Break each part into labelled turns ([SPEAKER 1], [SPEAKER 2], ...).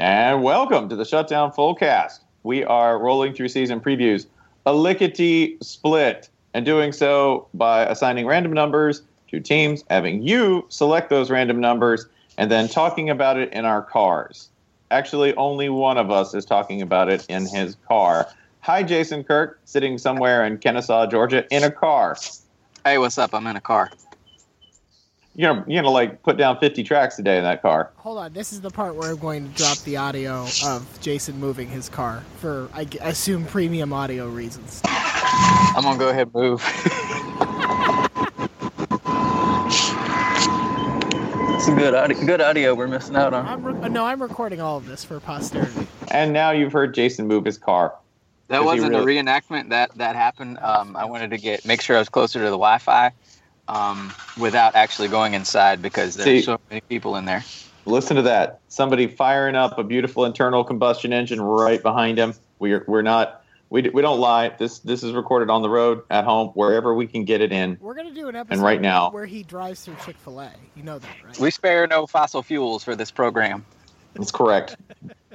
[SPEAKER 1] And welcome to the Shutdown Fullcast. We are rolling through season previews, a lickety split, and doing so by assigning random numbers to teams, having you select those random numbers, and then talking about it in our cars. Actually, only one of us is talking about it in his car. Hi, Jason Kirk, sitting somewhere in Kennesaw, Georgia, in a car.
[SPEAKER 2] Hey, what's up? I'm in a car.
[SPEAKER 1] You're gonna, you're gonna like put down 50 tracks today in that car.
[SPEAKER 3] Hold on, this is the part where I'm going to drop the audio of Jason moving his car for, I g- assume, premium audio reasons.
[SPEAKER 2] I'm gonna go ahead and move. it's a good audio. Good audio. We're missing out on.
[SPEAKER 3] I'm re- uh, no, I'm recording all of this for posterity.
[SPEAKER 1] And now you've heard Jason move his car.
[SPEAKER 2] That
[SPEAKER 1] Is he
[SPEAKER 2] wasn't
[SPEAKER 1] really-
[SPEAKER 2] a reenactment. That that happened. Um, I wanted to get make sure I was closer to the Wi-Fi, um, without actually going inside because
[SPEAKER 1] See-
[SPEAKER 2] there's so many people in there.
[SPEAKER 1] Listen to that. Somebody firing up a beautiful internal combustion engine right behind him. We're we're not we, d- we don't lie. This this is recorded on the road, at home, wherever we can get it in.
[SPEAKER 3] We're going to do an episode
[SPEAKER 1] right now-
[SPEAKER 3] where he drives through Chick fil A. You know that, right?
[SPEAKER 2] We spare no fossil fuels for this program.
[SPEAKER 1] That's correct.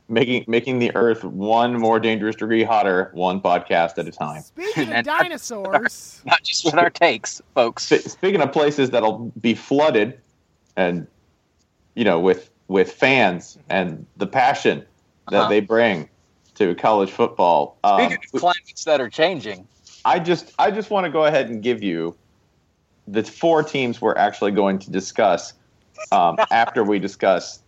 [SPEAKER 1] making making the earth one more dangerous degree hotter, one podcast at a time.
[SPEAKER 3] Speaking of
[SPEAKER 2] And-
[SPEAKER 3] dinosaurs,
[SPEAKER 2] Not just with our takes, folks.
[SPEAKER 1] Sp- speaking of places that'll be flooded, and you know, with with fans and the passion that
[SPEAKER 2] Uh-huh.
[SPEAKER 1] they bring to college football. um,
[SPEAKER 2] Speaking of climates that are changing,
[SPEAKER 1] I just I just want to go ahead and give you the four teams we're actually going to discuss um, after we discuss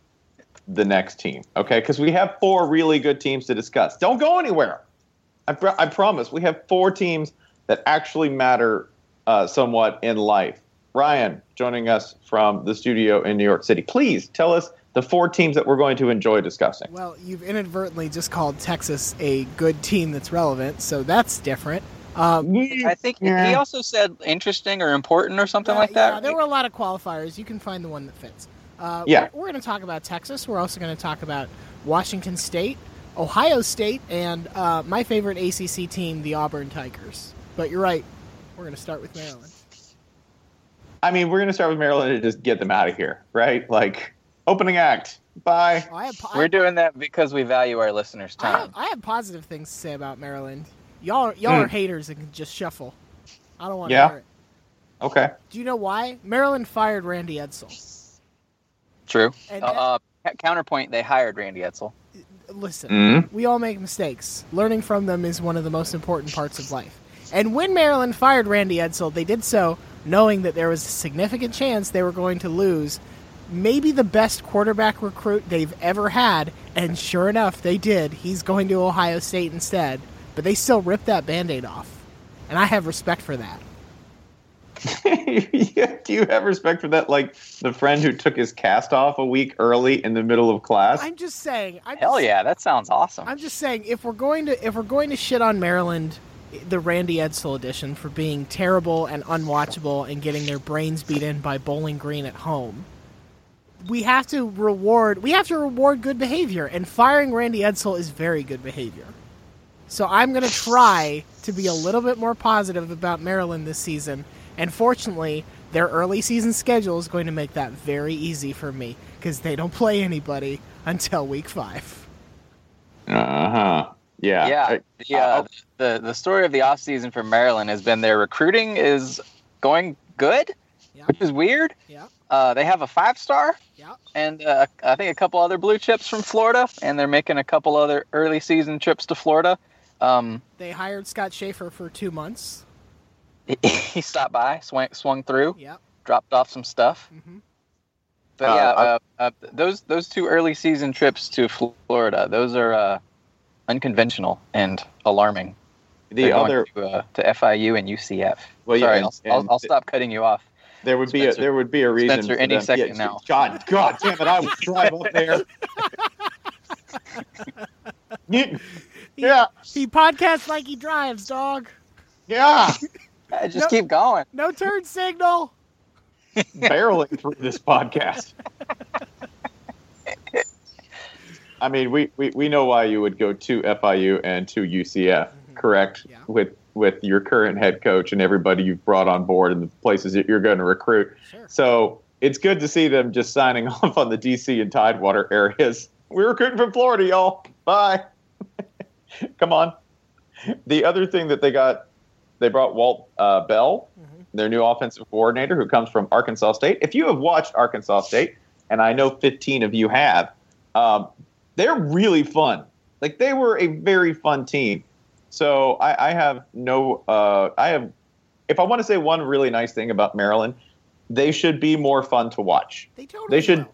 [SPEAKER 1] the next team. Okay, because we have four really good teams to discuss. Don't go anywhere. I, pr- I promise. We have four teams that actually matter uh, somewhat in life. Ryan, joining us from the studio in New York City, please tell us the four teams that we're going to enjoy discussing.
[SPEAKER 3] well, you've inadvertently just called Texas a good team that's relevant, so that's different. Um,
[SPEAKER 2] I think he also said interesting or important or something
[SPEAKER 3] yeah,
[SPEAKER 2] like that.
[SPEAKER 3] yeah, there were a lot of qualifiers. You can find the one that fits. Uh,
[SPEAKER 1] Yeah.
[SPEAKER 3] We're, we're going to talk about Texas. We're also going to talk about Washington State, Ohio State, and uh, my favorite ACC team, the Auburn Tigers. But you're right. We're going to start with Maryland.
[SPEAKER 1] I mean, we're going to start with Maryland and just get them out of here, right? Like opening act. Bye.
[SPEAKER 3] Oh, I, have, po- I,
[SPEAKER 2] We're doing that because we value our listeners'
[SPEAKER 3] I, have,
[SPEAKER 2] time.
[SPEAKER 3] I have positive things to say about Maryland. Y'all, y'all are haters and can just shuffle. I don't want to
[SPEAKER 1] Hmm. Yeah.
[SPEAKER 3] hear it.
[SPEAKER 1] Okay.
[SPEAKER 3] Do you know why? Maryland fired Randy Edsel.
[SPEAKER 2] True.
[SPEAKER 3] And
[SPEAKER 2] Uh, uh, ca- counterpoint, they hired Randy Etzel.
[SPEAKER 3] Listen,
[SPEAKER 1] Mm.
[SPEAKER 2] Mm-hmm.
[SPEAKER 3] we all make mistakes. Learning from them is one of the most important parts of life. And when Maryland fired Randy Edsel, they did so knowing that there was a significant chance they were going to lose maybe the best quarterback recruit they've ever had, and sure enough, they did. He's going to Ohio State instead, but they still ripped that band aid off. And I have respect for that.
[SPEAKER 1] Yeah, Do you have respect for that? Like the friend who took his cast off a week early in the middle of class?
[SPEAKER 3] I'm just saying. I'm
[SPEAKER 2] Hell
[SPEAKER 3] just-
[SPEAKER 2] yeah, that sounds awesome.
[SPEAKER 3] I'm just saying, if we're going to if we're going to shit on Maryland, the Randy Edsel edition for being terrible and unwatchable and getting their brains beat in by Bowling Green at home, we have to reward we have to reward good behavior, and firing Randy Edsel is very good behavior. So I'm going to try to be a little bit more positive about Maryland this season, and fortunately. Their early season schedule is going to make that very easy for me because they don't play anybody until week five.
[SPEAKER 1] Uh huh. Yeah.
[SPEAKER 2] yeah, the, uh, the the story of the offseason for Maryland has been their recruiting is going good,
[SPEAKER 3] Yeah.
[SPEAKER 2] which is weird.
[SPEAKER 3] Yeah,
[SPEAKER 2] Uh, they have a five star
[SPEAKER 3] yeah.
[SPEAKER 2] and uh, I think a couple other blue chips from Florida, and they're making a couple other early season trips to Florida. Um,
[SPEAKER 3] They hired Scott Schaefer for two months.
[SPEAKER 2] he stopped by, swung, swung through,
[SPEAKER 3] Yep.
[SPEAKER 2] dropped off some stuff.
[SPEAKER 3] Mhm.
[SPEAKER 2] But
[SPEAKER 1] Uh,
[SPEAKER 2] yeah,
[SPEAKER 1] I-
[SPEAKER 2] uh, uh, those those two early season trips to Florida, those are uh, unconventional and alarming.
[SPEAKER 1] the
[SPEAKER 2] They're going
[SPEAKER 1] other
[SPEAKER 2] to, uh, to FIU and UCF.
[SPEAKER 1] Well, yeah,
[SPEAKER 2] Sorry,
[SPEAKER 1] and-
[SPEAKER 2] I'll, I'll,
[SPEAKER 1] and-
[SPEAKER 2] I'll stop cutting you off.
[SPEAKER 1] there would be
[SPEAKER 2] Spencer-
[SPEAKER 1] a there would be a reason
[SPEAKER 2] Spencer
[SPEAKER 1] for
[SPEAKER 2] any
[SPEAKER 1] them-
[SPEAKER 2] second
[SPEAKER 1] yeah,
[SPEAKER 2] now.
[SPEAKER 1] God, God damn it! I would drive up there. yeah, yeah,
[SPEAKER 3] He podcasts like he drives, dog.
[SPEAKER 1] yeah.
[SPEAKER 2] Uh, Just keep going.
[SPEAKER 3] No turn signal.
[SPEAKER 1] barreling through this podcast. I mean, we, we, we know why you would go to FIU and to UCF,
[SPEAKER 3] Mm-hmm,
[SPEAKER 1] correct?
[SPEAKER 3] Yeah.
[SPEAKER 1] With with your current head coach and everybody you've brought on board and the places that you're going to recruit.
[SPEAKER 3] Sure.
[SPEAKER 1] So it's good to see them just signing off on the DC and Tidewater areas. We're recruiting from Florida, y'all. Bye. Come on. The other thing that they got, they brought Walt uh, Bell,
[SPEAKER 3] Mm-hmm.
[SPEAKER 1] their new offensive coordinator, who comes from Arkansas State. If you have watched Arkansas State, and I know 15 of you have, um, they're really fun. Like they were a very fun team. So I, I have no, uh, I have, if I want to say one really nice thing about Maryland, they should be more fun to watch.
[SPEAKER 3] They totally.
[SPEAKER 1] They should.
[SPEAKER 3] will.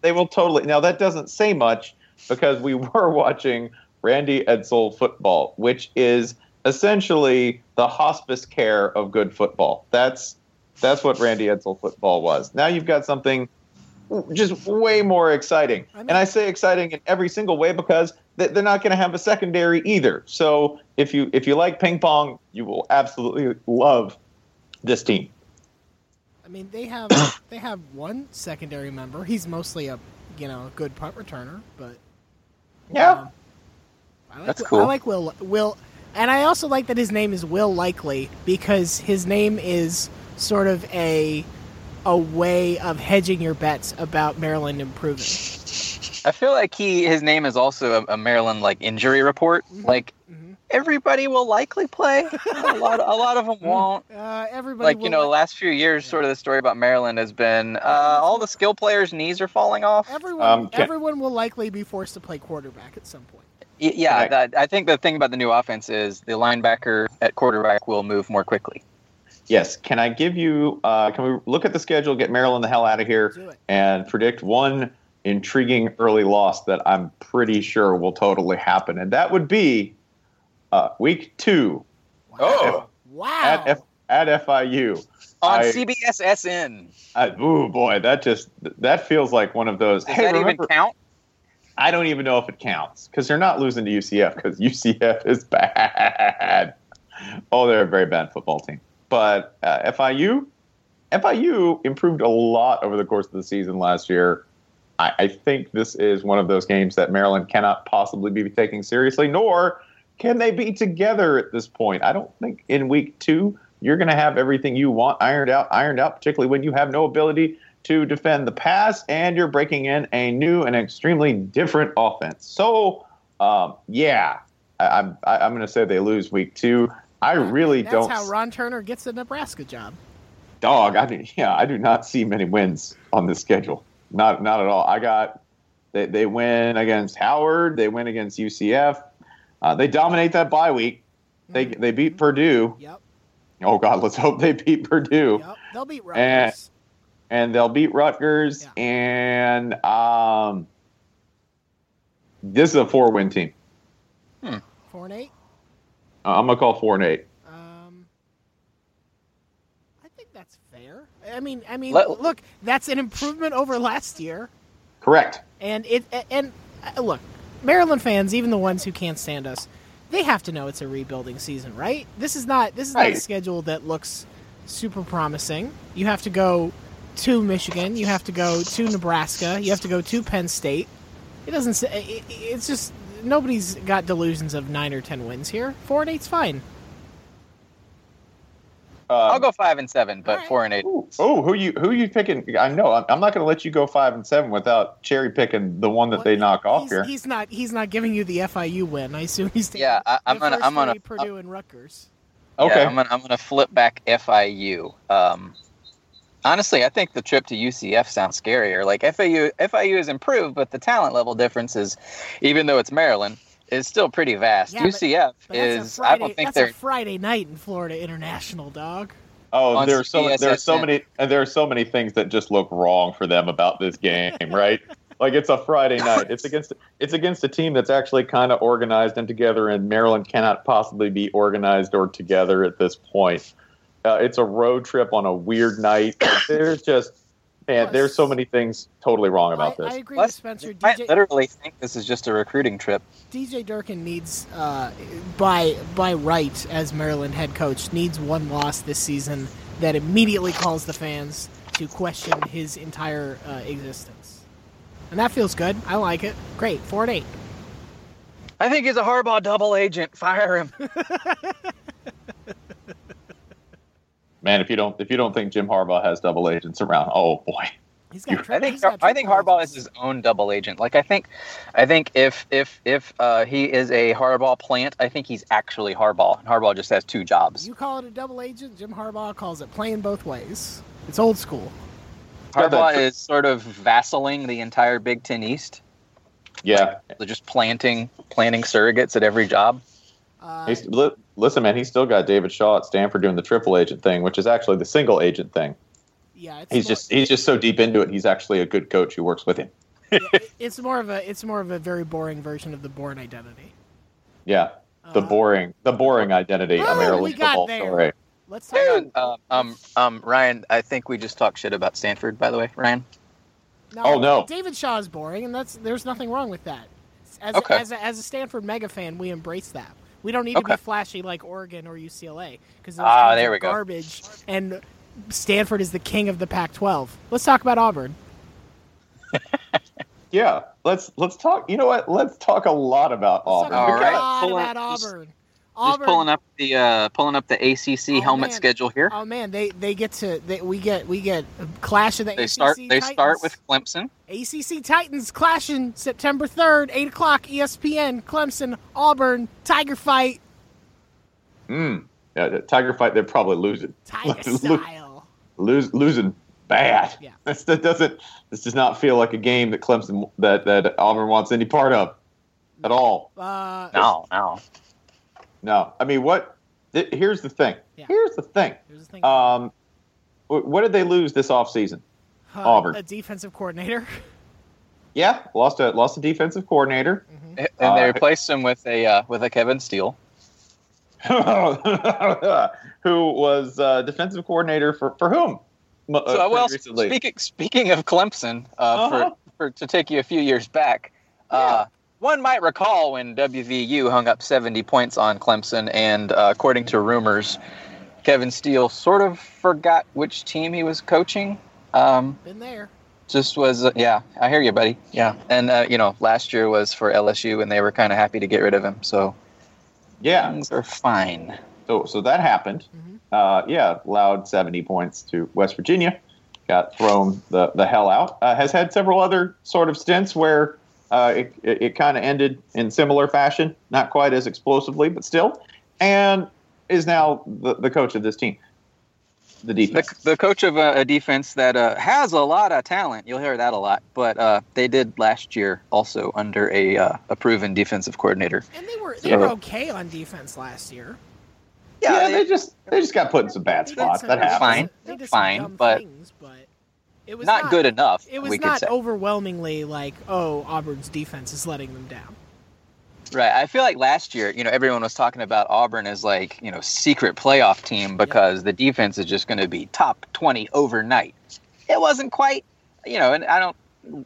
[SPEAKER 1] They will totally. Now that doesn't say much because we were watching Randy Edsel football, which is essentially the hospice care of good football. That's that's what Randy Edsel football was. Now you've got something just way more exciting,
[SPEAKER 3] I mean-
[SPEAKER 1] and I say exciting in every single way because th- they're not going to have a secondary either. So if you if you like ping pong, you will absolutely love this team.
[SPEAKER 3] I mean, they have they have one secondary member. He's mostly a you know a good punt returner, but
[SPEAKER 1] Yeah.
[SPEAKER 3] um, I like,
[SPEAKER 2] That's
[SPEAKER 3] I
[SPEAKER 2] cool.
[SPEAKER 3] like Will Will, and I also like that his name is Will Likely because his name is sort of a a way of hedging your bets about Maryland improving.
[SPEAKER 2] I feel like he his name is also a, a Maryland like injury report. Like
[SPEAKER 3] Mhm.
[SPEAKER 2] everybody will likely play. a lot a lot of them won't.
[SPEAKER 3] Uh, everybody,
[SPEAKER 2] Like you
[SPEAKER 3] will
[SPEAKER 2] know,
[SPEAKER 3] like-
[SPEAKER 2] last few years, sort of the story about Maryland has been uh, all the skill players' knees are falling off.
[SPEAKER 3] Everyone,
[SPEAKER 1] Um, can-
[SPEAKER 3] everyone will likely be forced to play quarterback at some point.
[SPEAKER 2] Y- Yeah,
[SPEAKER 1] Right.
[SPEAKER 2] that, I think the thing about the new offense is the linebacker at quarterback will move more quickly.
[SPEAKER 1] Yes. Can I give you? Uh, can we look at the schedule, get Maryland the hell out of
[SPEAKER 3] Do
[SPEAKER 1] here,
[SPEAKER 3] it.
[SPEAKER 1] and predict one intriguing early loss that I'm pretty sure will totally happen, and that would be uh, week two
[SPEAKER 2] Oh,
[SPEAKER 3] Wow.
[SPEAKER 1] at F- at FIU.
[SPEAKER 2] on
[SPEAKER 1] I-
[SPEAKER 2] CBS SN.
[SPEAKER 1] I, ooh boy, that just that feels like one of those.
[SPEAKER 2] Does
[SPEAKER 1] hey,
[SPEAKER 2] that
[SPEAKER 1] remember?
[SPEAKER 2] even count?
[SPEAKER 1] I don't even know if it counts because they're not losing to UCF because UCF is bad. Oh, they're a very bad football team. But uh, FIU, FIU improved a lot over the course of the season last year. I, I think this is one of those games that Maryland cannot possibly be taking seriously, nor can they be together at this point. I don't think in week two you're going to have everything you want ironed out, ironed out, particularly when you have no ability to defend the pass and you're breaking in a new and extremely different offense. So, um, yeah, I, I'm I, I'm going to say they lose week two. I really
[SPEAKER 3] That's
[SPEAKER 1] don't
[SPEAKER 3] how Ron Turner gets the Nebraska job.
[SPEAKER 1] dog. I do, yeah, I do not see many wins on this schedule. Not not at all. I got they they win against Howard. They win against UCF. Uh, they dominate that bye week. They they beat Purdue.
[SPEAKER 3] Yep.
[SPEAKER 1] Oh God, let's hope they beat Purdue.
[SPEAKER 3] Yep. They'll beat Rutgers.
[SPEAKER 1] And- and they'll beat Rutgers.
[SPEAKER 3] Yeah.
[SPEAKER 1] And um, this is a four-win team.
[SPEAKER 3] Four and eight.
[SPEAKER 1] Uh, I'm gonna call four and eight.
[SPEAKER 3] Um, I think that's fair. I mean, I mean,
[SPEAKER 2] Let-
[SPEAKER 3] look, that's an improvement over last year,
[SPEAKER 1] Correct.
[SPEAKER 3] and it and uh, look, Maryland fans, even the ones who can't stand us, they have to know it's a rebuilding season, right? This is not this is not a
[SPEAKER 1] Right.
[SPEAKER 3] schedule that looks super promising. You have to go to Michigan, you have to go to Nebraska, you have to go to Penn State. It doesn't. say- It, it- it's just nobody's got delusions of nine or ten wins here. Four and eight's fine.
[SPEAKER 1] uh,
[SPEAKER 2] I'll go five and seven, but
[SPEAKER 3] Alright.
[SPEAKER 2] four and eight.
[SPEAKER 1] Oh, who you who you picking? I know I'm, I'm not going to let you go five and seven without cherry picking the one that they
[SPEAKER 3] Well,
[SPEAKER 1] knock off
[SPEAKER 3] he's,
[SPEAKER 1] here.
[SPEAKER 3] He's not. He's not giving you the FIU win. I assume he's taking
[SPEAKER 2] Yeah, I- I'm
[SPEAKER 3] the
[SPEAKER 2] gonna-
[SPEAKER 3] first
[SPEAKER 2] I'm gonna-
[SPEAKER 3] three, Purdue and Rutgers.
[SPEAKER 1] okay,
[SPEAKER 2] Yeah, I'm gonna I'm gonna flip back FIU. Um, honestly, I think the trip to UCF sounds scarier. Like FIU FIU has improved, but the talent level difference is, even though it's Maryland, is still pretty vast.
[SPEAKER 3] Yeah, but-
[SPEAKER 2] UCF
[SPEAKER 3] But that's a
[SPEAKER 2] is
[SPEAKER 3] Friday,
[SPEAKER 2] I don't think
[SPEAKER 3] that's
[SPEAKER 2] they're
[SPEAKER 3] a Friday night in Florida International, dog.
[SPEAKER 1] Oh,
[SPEAKER 2] on
[SPEAKER 1] there are so there are so
[SPEAKER 2] CSSN.
[SPEAKER 1] many and there are so many things that just look wrong for them about this game, right? Like it's a Friday night. It's against it's against a team that's actually kind of organized and together, and Maryland cannot possibly be organized or together at this point. Uh, it's a road trip on a weird night. Like, there's just man, there's so many things totally wrong about
[SPEAKER 3] I,
[SPEAKER 1] this.
[SPEAKER 3] I agree with
[SPEAKER 2] Plus,
[SPEAKER 3] Spencer.
[SPEAKER 2] I
[SPEAKER 3] DJ,
[SPEAKER 2] literally think this is just a recruiting trip.
[SPEAKER 3] DJ Durkin needs, uh, by by right as Maryland head coach, needs one loss this season that immediately calls the fans to question his entire uh, existence. And that feels good. I like it. Great. Four and eight.
[SPEAKER 2] I think he's a Harbaugh double agent. Fire him.
[SPEAKER 1] Man, if you don't if you don't think Jim Harbaugh has double agents around, oh boy.
[SPEAKER 3] He's got. tri-
[SPEAKER 2] I think
[SPEAKER 3] he's got
[SPEAKER 2] I think
[SPEAKER 3] triple
[SPEAKER 2] Harbaugh
[SPEAKER 3] digits.
[SPEAKER 2] is his own double agent. Like I think, I think if if if uh, he is a Harbaugh plant, I think he's actually Harbaugh. And Harbaugh just has two jobs.
[SPEAKER 3] You call it a double agent. Jim Harbaugh calls it playing both ways. It's old school.
[SPEAKER 1] got that
[SPEAKER 2] Harbaugh
[SPEAKER 1] tr-
[SPEAKER 2] is sort of vassailing the entire Big Ten East.
[SPEAKER 1] Yeah.
[SPEAKER 2] They're just planting planting surrogates at every job.
[SPEAKER 3] Uh,
[SPEAKER 1] He's, li- listen, man, he's still got David Shaw at Stanford doing the triple agent thing, which is actually the single agent thing.
[SPEAKER 3] yeah, it's
[SPEAKER 1] He's
[SPEAKER 3] more,
[SPEAKER 1] just he's just so deep into it. He's actually a good coach who works with him.
[SPEAKER 3] yeah, it's more of a it's more of a very boring version of the Born Identity.
[SPEAKER 1] Yeah,
[SPEAKER 3] Uh,
[SPEAKER 1] the
[SPEAKER 2] Uh-huh.
[SPEAKER 1] boring the boring identity.
[SPEAKER 3] Oh,
[SPEAKER 1] I'm
[SPEAKER 3] we
[SPEAKER 1] Maryland
[SPEAKER 3] got
[SPEAKER 1] football
[SPEAKER 3] there.
[SPEAKER 1] story.
[SPEAKER 3] Let's talk.
[SPEAKER 2] Hang
[SPEAKER 3] About,
[SPEAKER 2] on. Um, um, um, Ryan, I think we just talked shit about Stanford. By the way, Ryan.
[SPEAKER 1] Oh, no.
[SPEAKER 3] David Shaw is boring, and that's there's nothing wrong with that. As
[SPEAKER 2] Okay.
[SPEAKER 3] a, as, a, as a Stanford mega fan, we embrace that. We don't need to
[SPEAKER 2] Okay.
[SPEAKER 3] be flashy like Oregon or UCLA because those
[SPEAKER 2] Ah,
[SPEAKER 3] teams
[SPEAKER 2] there
[SPEAKER 3] are
[SPEAKER 2] we go.
[SPEAKER 3] garbage. And Stanford is the king of the Pac-12. Let's talk about Auburn.
[SPEAKER 1] Yeah, let's let's talk. You know what? Let's talk a lot about Auburn.
[SPEAKER 3] Let's talk
[SPEAKER 2] All right.
[SPEAKER 3] a
[SPEAKER 2] Pull
[SPEAKER 3] lot
[SPEAKER 2] up-
[SPEAKER 3] about
[SPEAKER 2] just-
[SPEAKER 3] Auburn.
[SPEAKER 2] Just
[SPEAKER 3] Auburn.
[SPEAKER 2] pulling up the uh, pulling up the ACC
[SPEAKER 3] Oh, man.
[SPEAKER 2] helmet schedule here.
[SPEAKER 3] Oh man, they they get to they, we get we get a clash of the
[SPEAKER 2] They
[SPEAKER 3] ACC
[SPEAKER 2] start they
[SPEAKER 3] Titans.
[SPEAKER 2] start with Clemson.
[SPEAKER 3] ACC Titans clashing September third, eight o'clock, E ESPN, Clemson, Auburn, Tiger fight,
[SPEAKER 1] Mm. Yeah, the Tiger fight. They're probably losing.
[SPEAKER 3] Tiger
[SPEAKER 1] Look.
[SPEAKER 3] style.
[SPEAKER 1] Lose, losing bad.
[SPEAKER 3] Yeah.
[SPEAKER 1] That's, that doesn't. This does not feel like a game that Clemson that that Auburn wants any part of at all.
[SPEAKER 3] Uh,
[SPEAKER 2] No, no.
[SPEAKER 1] No, I mean what? th- here's the thing.
[SPEAKER 3] Yeah.
[SPEAKER 1] Here's the thing.
[SPEAKER 3] here's the thing.
[SPEAKER 1] Um, wh- what did they lose this offseason?
[SPEAKER 3] Uh,
[SPEAKER 1] Auburn.
[SPEAKER 3] a defensive coordinator.
[SPEAKER 1] Yeah, lost a lost a defensive coordinator.
[SPEAKER 3] Mm-hmm.
[SPEAKER 2] And they
[SPEAKER 1] Uh,
[SPEAKER 2] replaced him with a uh, with a Kevin Steele.
[SPEAKER 1] who was uh, defensive coordinator for for whom? M- uh,
[SPEAKER 2] So,
[SPEAKER 1] pretty
[SPEAKER 2] well,
[SPEAKER 1] recently.
[SPEAKER 2] speaking speaking of Clemson, uh,
[SPEAKER 1] Uh-huh.
[SPEAKER 2] for, for to take you a few years back, uh, one might recall when WVU hung up seventy points on Clemson, and uh, according to rumors, Kevin Steele sort of forgot which team he was coaching. Um,
[SPEAKER 3] Been there.
[SPEAKER 2] just was uh, yeah, I hear you, buddy. Yeah, and uh, you know, last year was for LSU, and they were kind of happy to get rid of him. So
[SPEAKER 1] yeah,
[SPEAKER 2] things are fine.
[SPEAKER 1] so so that happened. Uh, yeah, allowed seventy points to West Virginia. Got thrown the, the hell out. Uh, has had several other sort of stints where uh, it, it, it kind of ended in similar fashion, not quite as explosively, but still. And is now the, the coach of this team, the
[SPEAKER 2] the,
[SPEAKER 1] defense.
[SPEAKER 2] the coach of a, a defense that uh, has a lot of talent. You'll hear that a lot, but uh, they did last year also under a uh, a proven defensive coordinator.
[SPEAKER 3] And they were they
[SPEAKER 1] Yeah.
[SPEAKER 3] were okay on defense last year.
[SPEAKER 1] yeah, they, just they just got put in some bad
[SPEAKER 3] They did
[SPEAKER 1] spots.
[SPEAKER 3] some-
[SPEAKER 1] That
[SPEAKER 3] they did
[SPEAKER 1] happens.
[SPEAKER 2] Fine.
[SPEAKER 3] some- they did some
[SPEAKER 2] Fine,
[SPEAKER 3] dumb
[SPEAKER 2] but-
[SPEAKER 3] things, but It was
[SPEAKER 2] not, good enough.
[SPEAKER 3] It was
[SPEAKER 2] we could
[SPEAKER 3] not
[SPEAKER 2] say.
[SPEAKER 3] overwhelmingly like, oh, Auburn's defense is letting them down.
[SPEAKER 2] Right. I feel like last year, you know, everyone was talking about Auburn as like, you know, secret playoff team because the defense is just going to be top 20 overnight. It wasn't quite, you know, and I don't,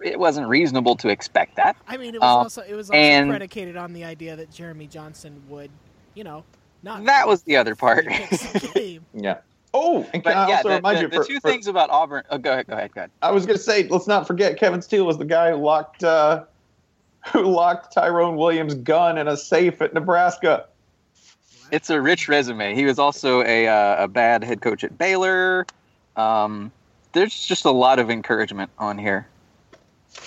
[SPEAKER 2] it wasn't reasonable to expect that.
[SPEAKER 3] I mean, it was
[SPEAKER 2] Um,
[SPEAKER 3] also it was also
[SPEAKER 2] and-
[SPEAKER 3] predicated on the idea that Jeremy Johnson would, you know, not
[SPEAKER 2] That was the other part.
[SPEAKER 3] fix the game.
[SPEAKER 1] Yeah. Oh, and can
[SPEAKER 2] But
[SPEAKER 1] I
[SPEAKER 2] yeah,
[SPEAKER 1] also
[SPEAKER 2] the,
[SPEAKER 1] remind
[SPEAKER 2] the-
[SPEAKER 1] you
[SPEAKER 2] the
[SPEAKER 1] for,
[SPEAKER 2] two
[SPEAKER 1] for-
[SPEAKER 2] things about Auburn. Oh, go ahead, go ahead, go ahead.
[SPEAKER 1] I was gonna say, let's not forget Kevin Steele was the guy who locked uh, who locked Tyrone Williams' gun in a safe at Nebraska.
[SPEAKER 2] It's a rich resume. He was also a, uh, a bad head coach at Baylor. Um, there's just a lot of encouragement on here.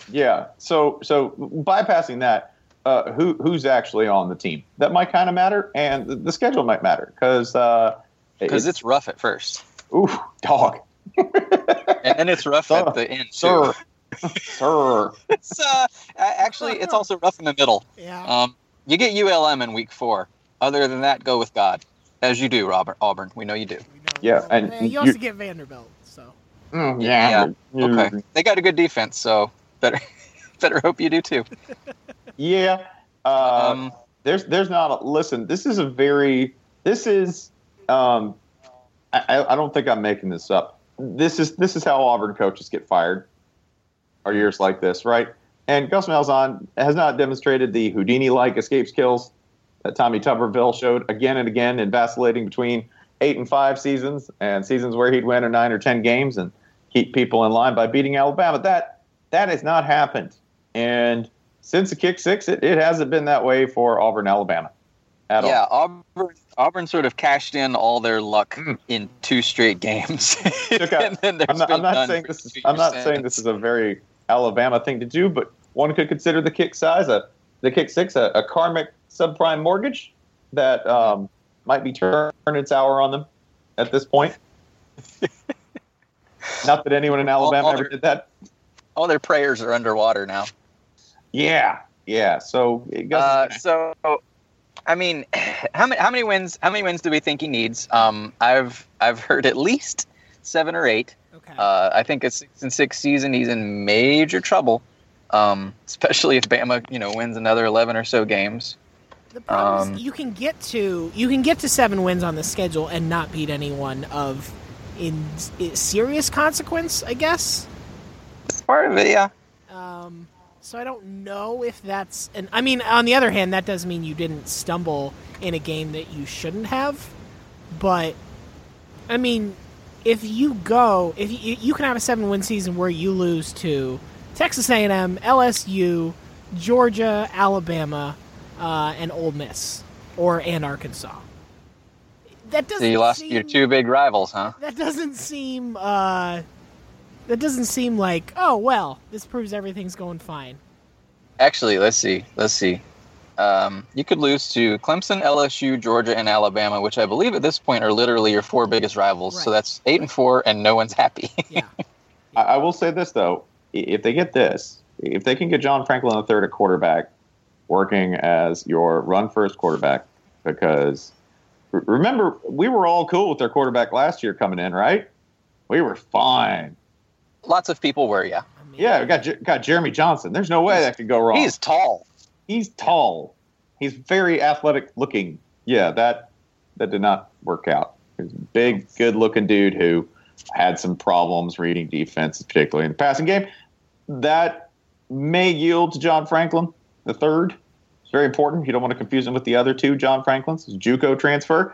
[SPEAKER 1] Yeah. So so bypassing that, uh, who who's actually on the team? That might kind of matter, and the, the schedule might matter because uh,
[SPEAKER 2] Because it's rough at first,
[SPEAKER 1] ooh dog
[SPEAKER 2] and then it's rough at
[SPEAKER 1] Sir,
[SPEAKER 2] the end. Too.
[SPEAKER 1] sir sir.
[SPEAKER 2] it's uh, a- actually it's also rough in the middle.
[SPEAKER 3] Yeah.
[SPEAKER 2] Um, you get ULM in week four. Other than that, go with God, as you do, Robert Auburn. We know you do.
[SPEAKER 3] We know.
[SPEAKER 1] yeah, and
[SPEAKER 3] Eh, you
[SPEAKER 1] you-
[SPEAKER 3] also get Vanderbilt, so
[SPEAKER 1] Mm, yeah.
[SPEAKER 2] Okay, they got a good defense, so better better hope you do too.
[SPEAKER 1] Yeah. Uh,
[SPEAKER 2] Um,
[SPEAKER 1] there's there's not a, listen this is a very this is um I, I- I don't think i'm making this up this is this is how auburn coaches get fired are years like this right and gus malzahn has not demonstrated the houdini like escape skills that tommy tuberville showed again and again in vacillating between eight and five seasons and seasons where he'd win or nine or ten games and keep people in line by beating alabama that that has not happened and since the kick six, it, it hasn't been that way for Auburn, Alabama, at all.
[SPEAKER 2] yeah, Auburn Auburn sort of cashed in all their luck in two straight games.
[SPEAKER 1] Took Hmm. out-
[SPEAKER 2] And then there's
[SPEAKER 1] I'm not, I'm
[SPEAKER 2] been
[SPEAKER 1] not
[SPEAKER 2] none
[SPEAKER 1] saying
[SPEAKER 2] for
[SPEAKER 1] this. Is,
[SPEAKER 2] two
[SPEAKER 1] I'm not
[SPEAKER 2] years
[SPEAKER 1] saying
[SPEAKER 2] since.
[SPEAKER 1] this is a very Alabama thing to do, but one could consider the kick size a the kick six uh, a, a karmic subprime mortgage that um, might be turning its hour on them at this point. not that anyone in Alabama ever
[SPEAKER 2] Auburn-
[SPEAKER 1] did that.
[SPEAKER 2] All their prayers are underwater now.
[SPEAKER 1] Yeah, yeah. So it
[SPEAKER 2] Uh,
[SPEAKER 1] got,
[SPEAKER 2] so, I mean, how many how many wins how many wins do we think he needs? Um, I've I've heard at least seven or eight.
[SPEAKER 3] okay.
[SPEAKER 2] Uh, I think a six and six season he's in major trouble, um, especially if Bama you know wins another eleven or so games.
[SPEAKER 3] the problem
[SPEAKER 2] um,
[SPEAKER 3] is you can get to you can get to seven wins on the schedule and not beat anyone of in, in serious consequence, I guess.
[SPEAKER 2] That's part of it, yeah.
[SPEAKER 3] Um, so I don't know if that's and I mean, on the other hand, that does mean you didn't stumble in a game that you shouldn't have. But I mean, if you go, if you, you can have a seven-win season where you lose to Texas A&M, LSU, Georgia, Alabama, uh, and Ole Miss or and Arkansas. That
[SPEAKER 2] So
[SPEAKER 3] doesn't.
[SPEAKER 2] you lost
[SPEAKER 3] seem-
[SPEAKER 2] your two big rivals, huh?
[SPEAKER 3] that doesn't seem uh that doesn't seem like oh well this proves everything's going fine
[SPEAKER 2] Actually, let's see, let's see. Um, you could lose to Clemson, LSU, Georgia, and Alabama, which I believe at this point are literally your four biggest rivals. So
[SPEAKER 3] Right.
[SPEAKER 2] that's eight and four, and no one's happy.
[SPEAKER 3] yeah
[SPEAKER 1] I, I will say this though: i- if they get this, if they can get John Franklin III at quarterback, working as your run first quarterback, because re- remember we were all cool with their quarterback last year coming in, right? We were fine.
[SPEAKER 2] Lots of people were, yeah.
[SPEAKER 3] I mean,
[SPEAKER 1] Yeah, we got Jer- got Jeremy Johnson. There's no way that could go wrong.
[SPEAKER 2] He's tall.
[SPEAKER 1] he's tall. He's very athletic looking. Yeah, that that did not work out. He's a big, good looking dude who had some problems reading defenses, particularly in the passing game. That may yield to John Franklin the third. It's very important. You don't want to confuse him with the other two John Franklins. His JUCO transfer.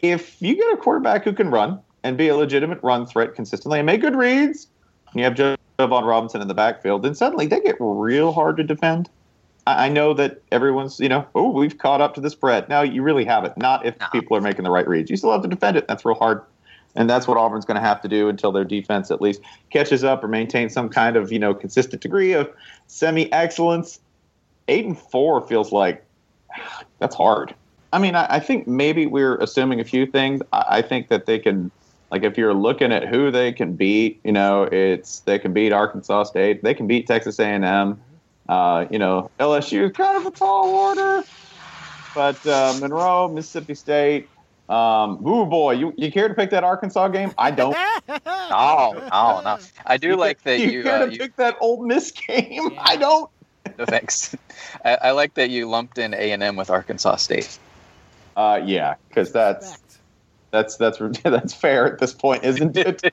[SPEAKER 1] If you get a quarterback who can run and be a legitimate run threat consistently and make good reads, and you have Javon Robinson in the backfield, then suddenly they get real hard to defend. I I know that everyone's, you know, oh, we've caught up to the spread. Now you really haven't. Not if
[SPEAKER 2] No.
[SPEAKER 1] people are making the right reads. You still have to defend it. That's real hard. And that's what Auburn's going to have to do until their defense at least catches up or maintains some kind of, you know, consistent degree of semi excellence. Eight and four feels like that's hard. I mean, I, I think maybe we're assuming a few things. I, I think that they can, like, if you're looking at who they can beat, you know, it's they can beat Arkansas State, they can beat Texas A&M. Uh, you know, LSU is kind of a tall order, but uh, Monroe, Mississippi State, Um, ooh boy, you, you care to pick that Arkansas game? I don't.
[SPEAKER 2] No, no, no. I do like that
[SPEAKER 1] you
[SPEAKER 2] you.
[SPEAKER 1] care
[SPEAKER 2] uh,
[SPEAKER 1] to
[SPEAKER 2] you-
[SPEAKER 1] pick that Old Miss game?
[SPEAKER 3] Yeah.
[SPEAKER 1] I don't.
[SPEAKER 2] no, thanks. I, I like that you lumped in A and M with Arkansas State.
[SPEAKER 1] Uh, yeah, because that's
[SPEAKER 3] Respect.
[SPEAKER 1] that's that's that's fair at this point, isn't it?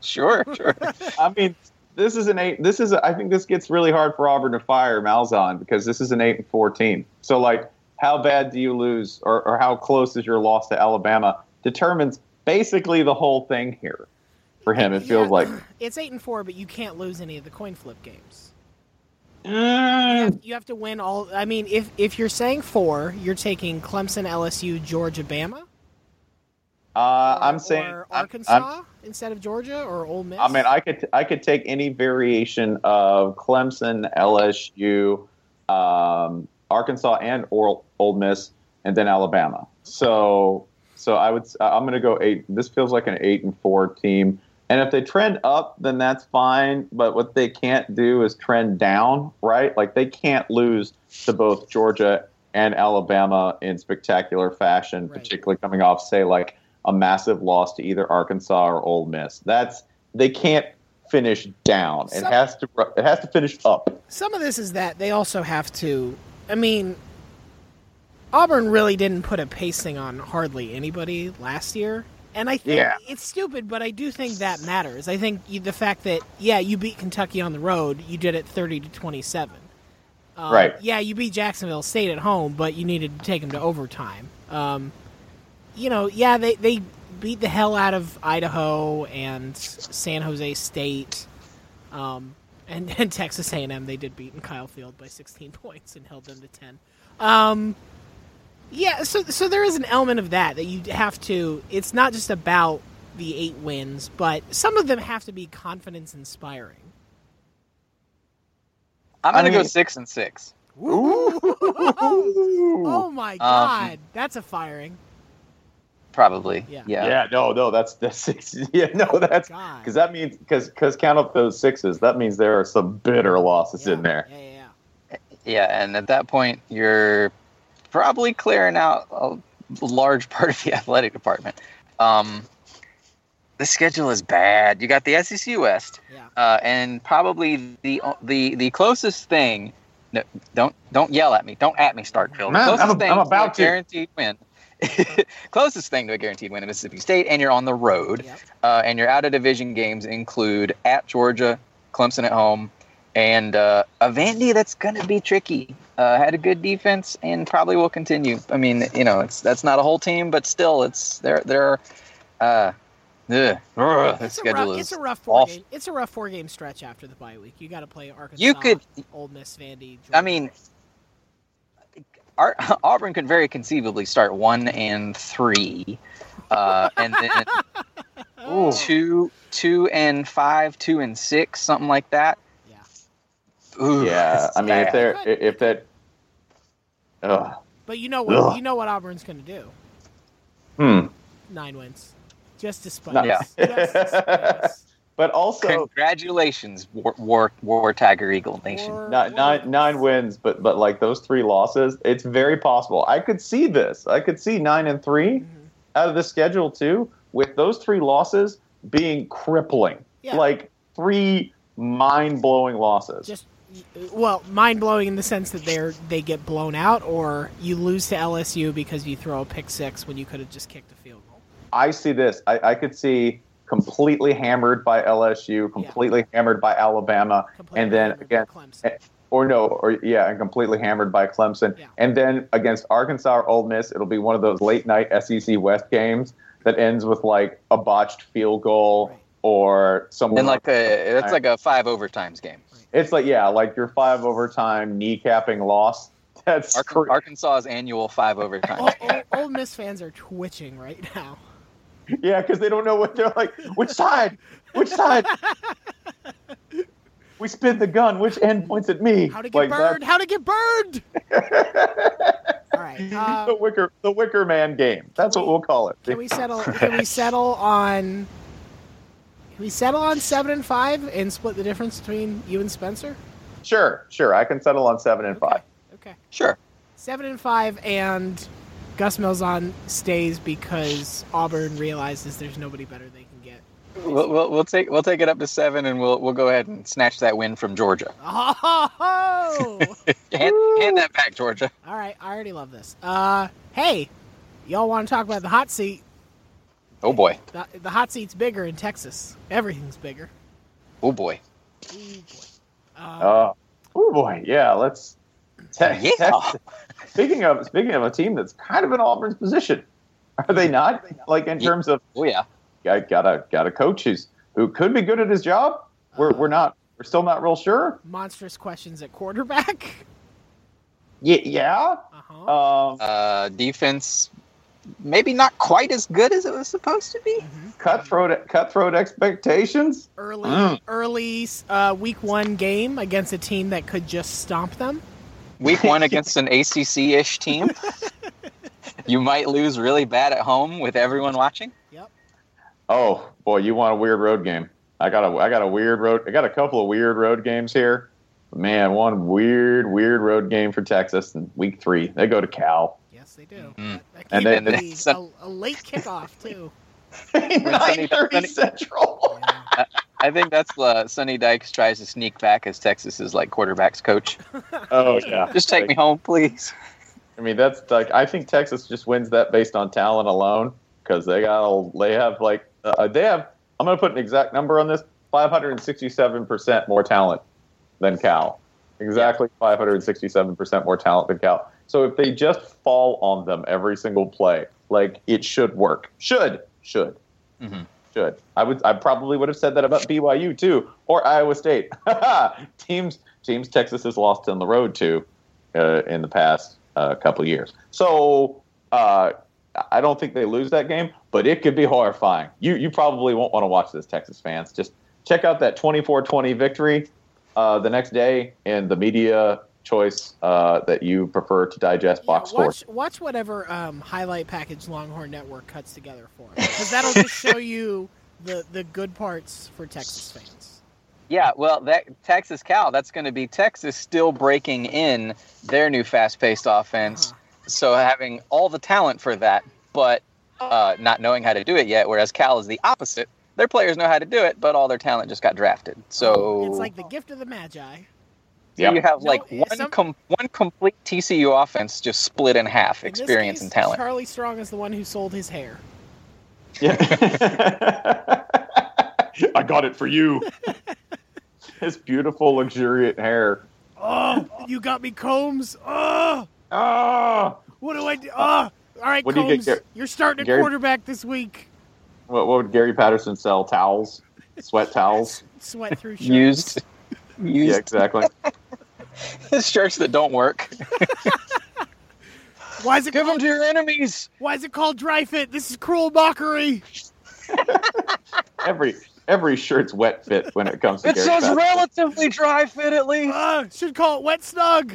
[SPEAKER 2] sure, sure.
[SPEAKER 1] I mean, this is an eight. This is a, I think this gets really hard for Auburn to fire Malzahn because this is an eight and four team. So like, how bad do you lose, or, or how close is your loss to Alabama? Determines basically the whole thing here for him. It feels
[SPEAKER 3] Yeah.
[SPEAKER 1] like
[SPEAKER 3] it's eight and four, but you can't lose any of the coin flip games.
[SPEAKER 1] mm,
[SPEAKER 2] Uh,
[SPEAKER 3] You have to win all. I mean, if if you're saying four, you're taking Clemson, LSU, Georgia, Bama.
[SPEAKER 1] Uh,
[SPEAKER 3] or-
[SPEAKER 1] I'm saying
[SPEAKER 3] or
[SPEAKER 1] I'm-
[SPEAKER 3] Arkansas
[SPEAKER 1] I'm-
[SPEAKER 3] instead of Georgia or Ole Miss.
[SPEAKER 1] i mean, I could I could take any variation of Clemson, LSU, um, Arkansas, and or Old Miss, and then Alabama. So so I would s- I'm going to go eight. This feels like an eight and four team. And if they trend up, then that's fine. But what they can't do is trend down, right? Like they can't lose to both Georgia and Alabama in spectacular fashion,
[SPEAKER 3] Right.
[SPEAKER 1] particularly coming off, say, like a massive loss to either Arkansas or Ole Miss. That's they can't finish down. It
[SPEAKER 3] Some-
[SPEAKER 1] has to it has to finish up.
[SPEAKER 3] some of this is that they also have to. I mean, Auburn really didn't put a pacing on hardly anybody last year, and I think
[SPEAKER 1] Yeah.
[SPEAKER 3] it's stupid, but I do think that matters. I think you, the fact that yeah, you beat Kentucky on the road, you did it thirty to twenty-seven. Um,
[SPEAKER 1] Right.
[SPEAKER 3] Yeah, you beat Jacksonville State at home, but you needed to take them to overtime. Um, you know, yeah, they they beat the hell out of Idaho and San Jose State. Um, and, and Texas A&M they did beat in Kyle Field by 16 points and held them to 10. Um, yeah, so so there is an element of that that you have to. It's not just about the eight wins, but some of them have to be confidence inspiring.
[SPEAKER 2] I'm
[SPEAKER 1] I
[SPEAKER 2] gonna go
[SPEAKER 1] mean-
[SPEAKER 2] six and six.
[SPEAKER 3] Oh my God, that's a firing.
[SPEAKER 2] Probably.
[SPEAKER 3] Yeah.
[SPEAKER 1] Yeah. no, no, that's that's six. Yeah, no, that's
[SPEAKER 3] God.
[SPEAKER 1] because that means because because count up those sixes. That means there are some bitter losses
[SPEAKER 3] yeah,
[SPEAKER 1] in there.
[SPEAKER 3] Yeah, yeah, yeah.
[SPEAKER 2] Yeah, and at that point, you're probably clearing out a large part of the athletic department. Um, the schedule is bad. You got the SEC West,
[SPEAKER 3] Yeah.
[SPEAKER 2] uh, and probably the the the closest thing. No, don't don't yell at me. Don't at me, Starkville.
[SPEAKER 1] Man,
[SPEAKER 2] closest
[SPEAKER 1] I'm-
[SPEAKER 2] thing
[SPEAKER 1] I'm about
[SPEAKER 2] to
[SPEAKER 1] to.
[SPEAKER 2] a guaranteed win. closest thing to a guaranteed win in Mississippi State, and you're on the road,
[SPEAKER 3] Yep.
[SPEAKER 2] uh, and your out of division games include at Georgia, Clemson at home, and uh, a Vandy that's going to be tricky. Uh, had a good defense and probably will continue. I mean, you know, it's that's not a whole team, but still, it's they're they're. Uh, ugh, ugh, the
[SPEAKER 3] It's a,
[SPEAKER 2] schedule
[SPEAKER 3] rough,
[SPEAKER 2] is
[SPEAKER 3] it's a rough four
[SPEAKER 2] awful.
[SPEAKER 3] game. It's a rough four game stretch after the bye week. You got to play Arkansas.
[SPEAKER 2] You could-
[SPEAKER 3] Old Miss, Vandy. Georgia.
[SPEAKER 2] I mean, Ar- Auburn could very conceivably start one and three, uh, and then
[SPEAKER 3] Oh.
[SPEAKER 2] two, two and five, two and six, something like that.
[SPEAKER 3] Yeah.
[SPEAKER 2] Ooh,
[SPEAKER 1] Yeah,
[SPEAKER 2] it's
[SPEAKER 1] I mean, if
[SPEAKER 2] bad.
[SPEAKER 1] they're i- if that, ugh,
[SPEAKER 3] but you know what?
[SPEAKER 1] Ugh.
[SPEAKER 3] You know what Auburn's going to do.
[SPEAKER 1] hmm.
[SPEAKER 3] Nine wins, just despite
[SPEAKER 1] Not-
[SPEAKER 3] us. Just despite us.
[SPEAKER 1] But also
[SPEAKER 2] Congratulations, War, War, War Tiger Eagle Nation.
[SPEAKER 3] Or-
[SPEAKER 1] nine,
[SPEAKER 3] or-
[SPEAKER 1] nine, nine wins, but but like those three losses, it's very possible. I could see this. I could see nine and three
[SPEAKER 3] Mhm.
[SPEAKER 1] out of the schedule too, with those three losses being crippling,
[SPEAKER 3] Yeah.
[SPEAKER 1] like three mind blowing losses.
[SPEAKER 3] Just well, mind blowing in the sense that they're they get blown out, or you lose to LSU because you throw a pick six when you could have just kicked a field goal.
[SPEAKER 1] I see this. I, I could see completely hammered by LSU, completely hammered by Alabama,
[SPEAKER 3] Completely
[SPEAKER 1] and then
[SPEAKER 3] hammered by
[SPEAKER 1] again,
[SPEAKER 3] Clemson.
[SPEAKER 1] or no, or yeah, and completely hammered by Clemson,
[SPEAKER 3] Yeah.
[SPEAKER 1] and then against Arkansas or Ole Miss, it'll be one of those late night SEC West games that ends with like a botched field goal
[SPEAKER 3] Right.
[SPEAKER 1] or someone
[SPEAKER 2] And like a, that's like a five overtimes game.
[SPEAKER 1] it's like yeah, like your five overtime kneecapping loss. That's
[SPEAKER 2] Ar-
[SPEAKER 1] cr-
[SPEAKER 2] Arkansas's annual five overtimes.
[SPEAKER 3] Old, old, old Oh, Miss fans are twitching right now.
[SPEAKER 1] Yeah, because they don't know what they're like. Which side? Which side? we spin the gun. Which end points at me?
[SPEAKER 3] How to get
[SPEAKER 1] Like,
[SPEAKER 3] burned?
[SPEAKER 1] that's
[SPEAKER 3] How to get burned? All right. um,
[SPEAKER 1] the Wicker, the Wicker Man game. That's what
[SPEAKER 3] we-
[SPEAKER 1] we'll call it.
[SPEAKER 3] Can we settle? Can we settle on? Can we settle on seven and five and split the difference between you and Spencer?
[SPEAKER 1] Sure, sure. I can settle on seven and
[SPEAKER 3] Okay.
[SPEAKER 1] five.
[SPEAKER 3] Okay.
[SPEAKER 2] Sure.
[SPEAKER 3] Seven and five and Gus Malzahn stays because Auburn realizes there's nobody better they can get.
[SPEAKER 2] We'll, we'll, we'll take we'll take it up to seven, and we'll we'll go ahead and snatch that win from Georgia.
[SPEAKER 3] Oh,
[SPEAKER 2] Hand, hand that back, Georgia.
[SPEAKER 3] all right. I already love this. Uh, hey, y'all want to talk about the hot seat?
[SPEAKER 2] Oh boy,
[SPEAKER 3] The, the hot seat's bigger in Texas. Everything's bigger.
[SPEAKER 2] oh boy.
[SPEAKER 1] Oh, oh boy, yeah. Let's. Te-
[SPEAKER 2] Yeah.
[SPEAKER 1] Texas. Speaking of speaking of a team that's kind of in Auburn's position, are they not? Like in terms of
[SPEAKER 2] Oh yeah.
[SPEAKER 1] I got a got a coach who's, who could be good at his job. We're we're not we're still not real sure.
[SPEAKER 3] Monstrous questions at quarterback.
[SPEAKER 1] Yeah, yeah.
[SPEAKER 3] Uh-huh.
[SPEAKER 1] Um,
[SPEAKER 2] Uh, defense, maybe not quite as good as it was supposed to be.
[SPEAKER 1] cutthroat cutthroat expectations.
[SPEAKER 3] Mm-hmm. early
[SPEAKER 1] Mm.
[SPEAKER 3] early uh, week one game against a team that could just stomp them.
[SPEAKER 2] Week one against an ACC-ish team. you might lose really bad at home with everyone watching.
[SPEAKER 1] Oh boy, you want a weird road game? I got a I got a weird road. I got a couple of weird road games here. Man, one weird weird road game for Texas in week three. They go to Cal.
[SPEAKER 3] Yes, they do.
[SPEAKER 2] Mm.
[SPEAKER 3] That
[SPEAKER 1] And
[SPEAKER 3] could
[SPEAKER 1] then-
[SPEAKER 3] be a, a late kickoff too.
[SPEAKER 1] Nine thirty Central.
[SPEAKER 2] I think that's uh, Sonny Dykes tries to sneak back as Texas's like quarterbacks coach.
[SPEAKER 1] oh yeah.
[SPEAKER 2] Just take me home, please.
[SPEAKER 1] I mean, that's like I think Texas just wins that based on talent alone because they got a, they have like uh, they have. I'm going to put an exact number on this: 567 percent more talent than Cal. Exactly 567 percent more talent than Cal. So if they just fall on them every single play, like it should work. Should should
[SPEAKER 2] Mhm.
[SPEAKER 1] should. I would. I probably would have said that about BYU too, or Iowa State. teams teams Texas has lost on the road to uh, in the past uh, couple years. So uh, I don't think they lose that game, but it could be horrifying. You you probably won't want to watch this, Texas fans. Just check out that 24-20 victory uh, the next day and the media choice uh, that you prefer to digest box
[SPEAKER 3] Yeah,
[SPEAKER 1] score.
[SPEAKER 3] watch, watch whatever um, highlight package Longhorn Network cuts together for it, because that'll just show you the the good parts for Texas fans.
[SPEAKER 2] Yeah, well, that Texas Cal, that's going to be Texas still breaking in their new fast-paced offense. So having all the talent for that, but uh, not knowing how to do it yet. Whereas Cal is the opposite; their players know how to do it, but all their talent just got drafted.
[SPEAKER 1] Oh.
[SPEAKER 2] So
[SPEAKER 3] It's like the gift of the Magi.
[SPEAKER 2] So you have
[SPEAKER 3] No,
[SPEAKER 2] like
[SPEAKER 3] it-
[SPEAKER 2] one
[SPEAKER 3] some-
[SPEAKER 2] com- one complete TCU offense just split in half,
[SPEAKER 3] In this
[SPEAKER 2] experience
[SPEAKER 3] case,
[SPEAKER 2] and talent.
[SPEAKER 3] Charlie Strong is the one who sold his hair.
[SPEAKER 1] Yeah. I got it for you. His beautiful, luxuriant hair.
[SPEAKER 3] Oh, you got me Combs. Oh,
[SPEAKER 1] Ah,
[SPEAKER 3] what do I do? Oh, all right,
[SPEAKER 1] What do you get,
[SPEAKER 3] Combs,
[SPEAKER 1] Gar-
[SPEAKER 3] you're starting at
[SPEAKER 1] Gary-
[SPEAKER 3] quarterback this week.
[SPEAKER 1] what, what would Gary Patterson sell? Towels, sweat towels.
[SPEAKER 3] Sweat through shirts.
[SPEAKER 2] used,
[SPEAKER 1] Yeah,
[SPEAKER 2] used
[SPEAKER 1] exactly.
[SPEAKER 2] shirts that don't work.
[SPEAKER 3] Why is it
[SPEAKER 2] Give them
[SPEAKER 3] called,
[SPEAKER 2] to your enemies.
[SPEAKER 3] Why is it called dry fit? This is cruel mockery.
[SPEAKER 1] Every every shirt's wet fit when it comes to
[SPEAKER 2] It
[SPEAKER 1] Gary
[SPEAKER 2] says
[SPEAKER 1] Patterson.
[SPEAKER 2] relatively dry fit at least.
[SPEAKER 3] Uh, should call it wet snug.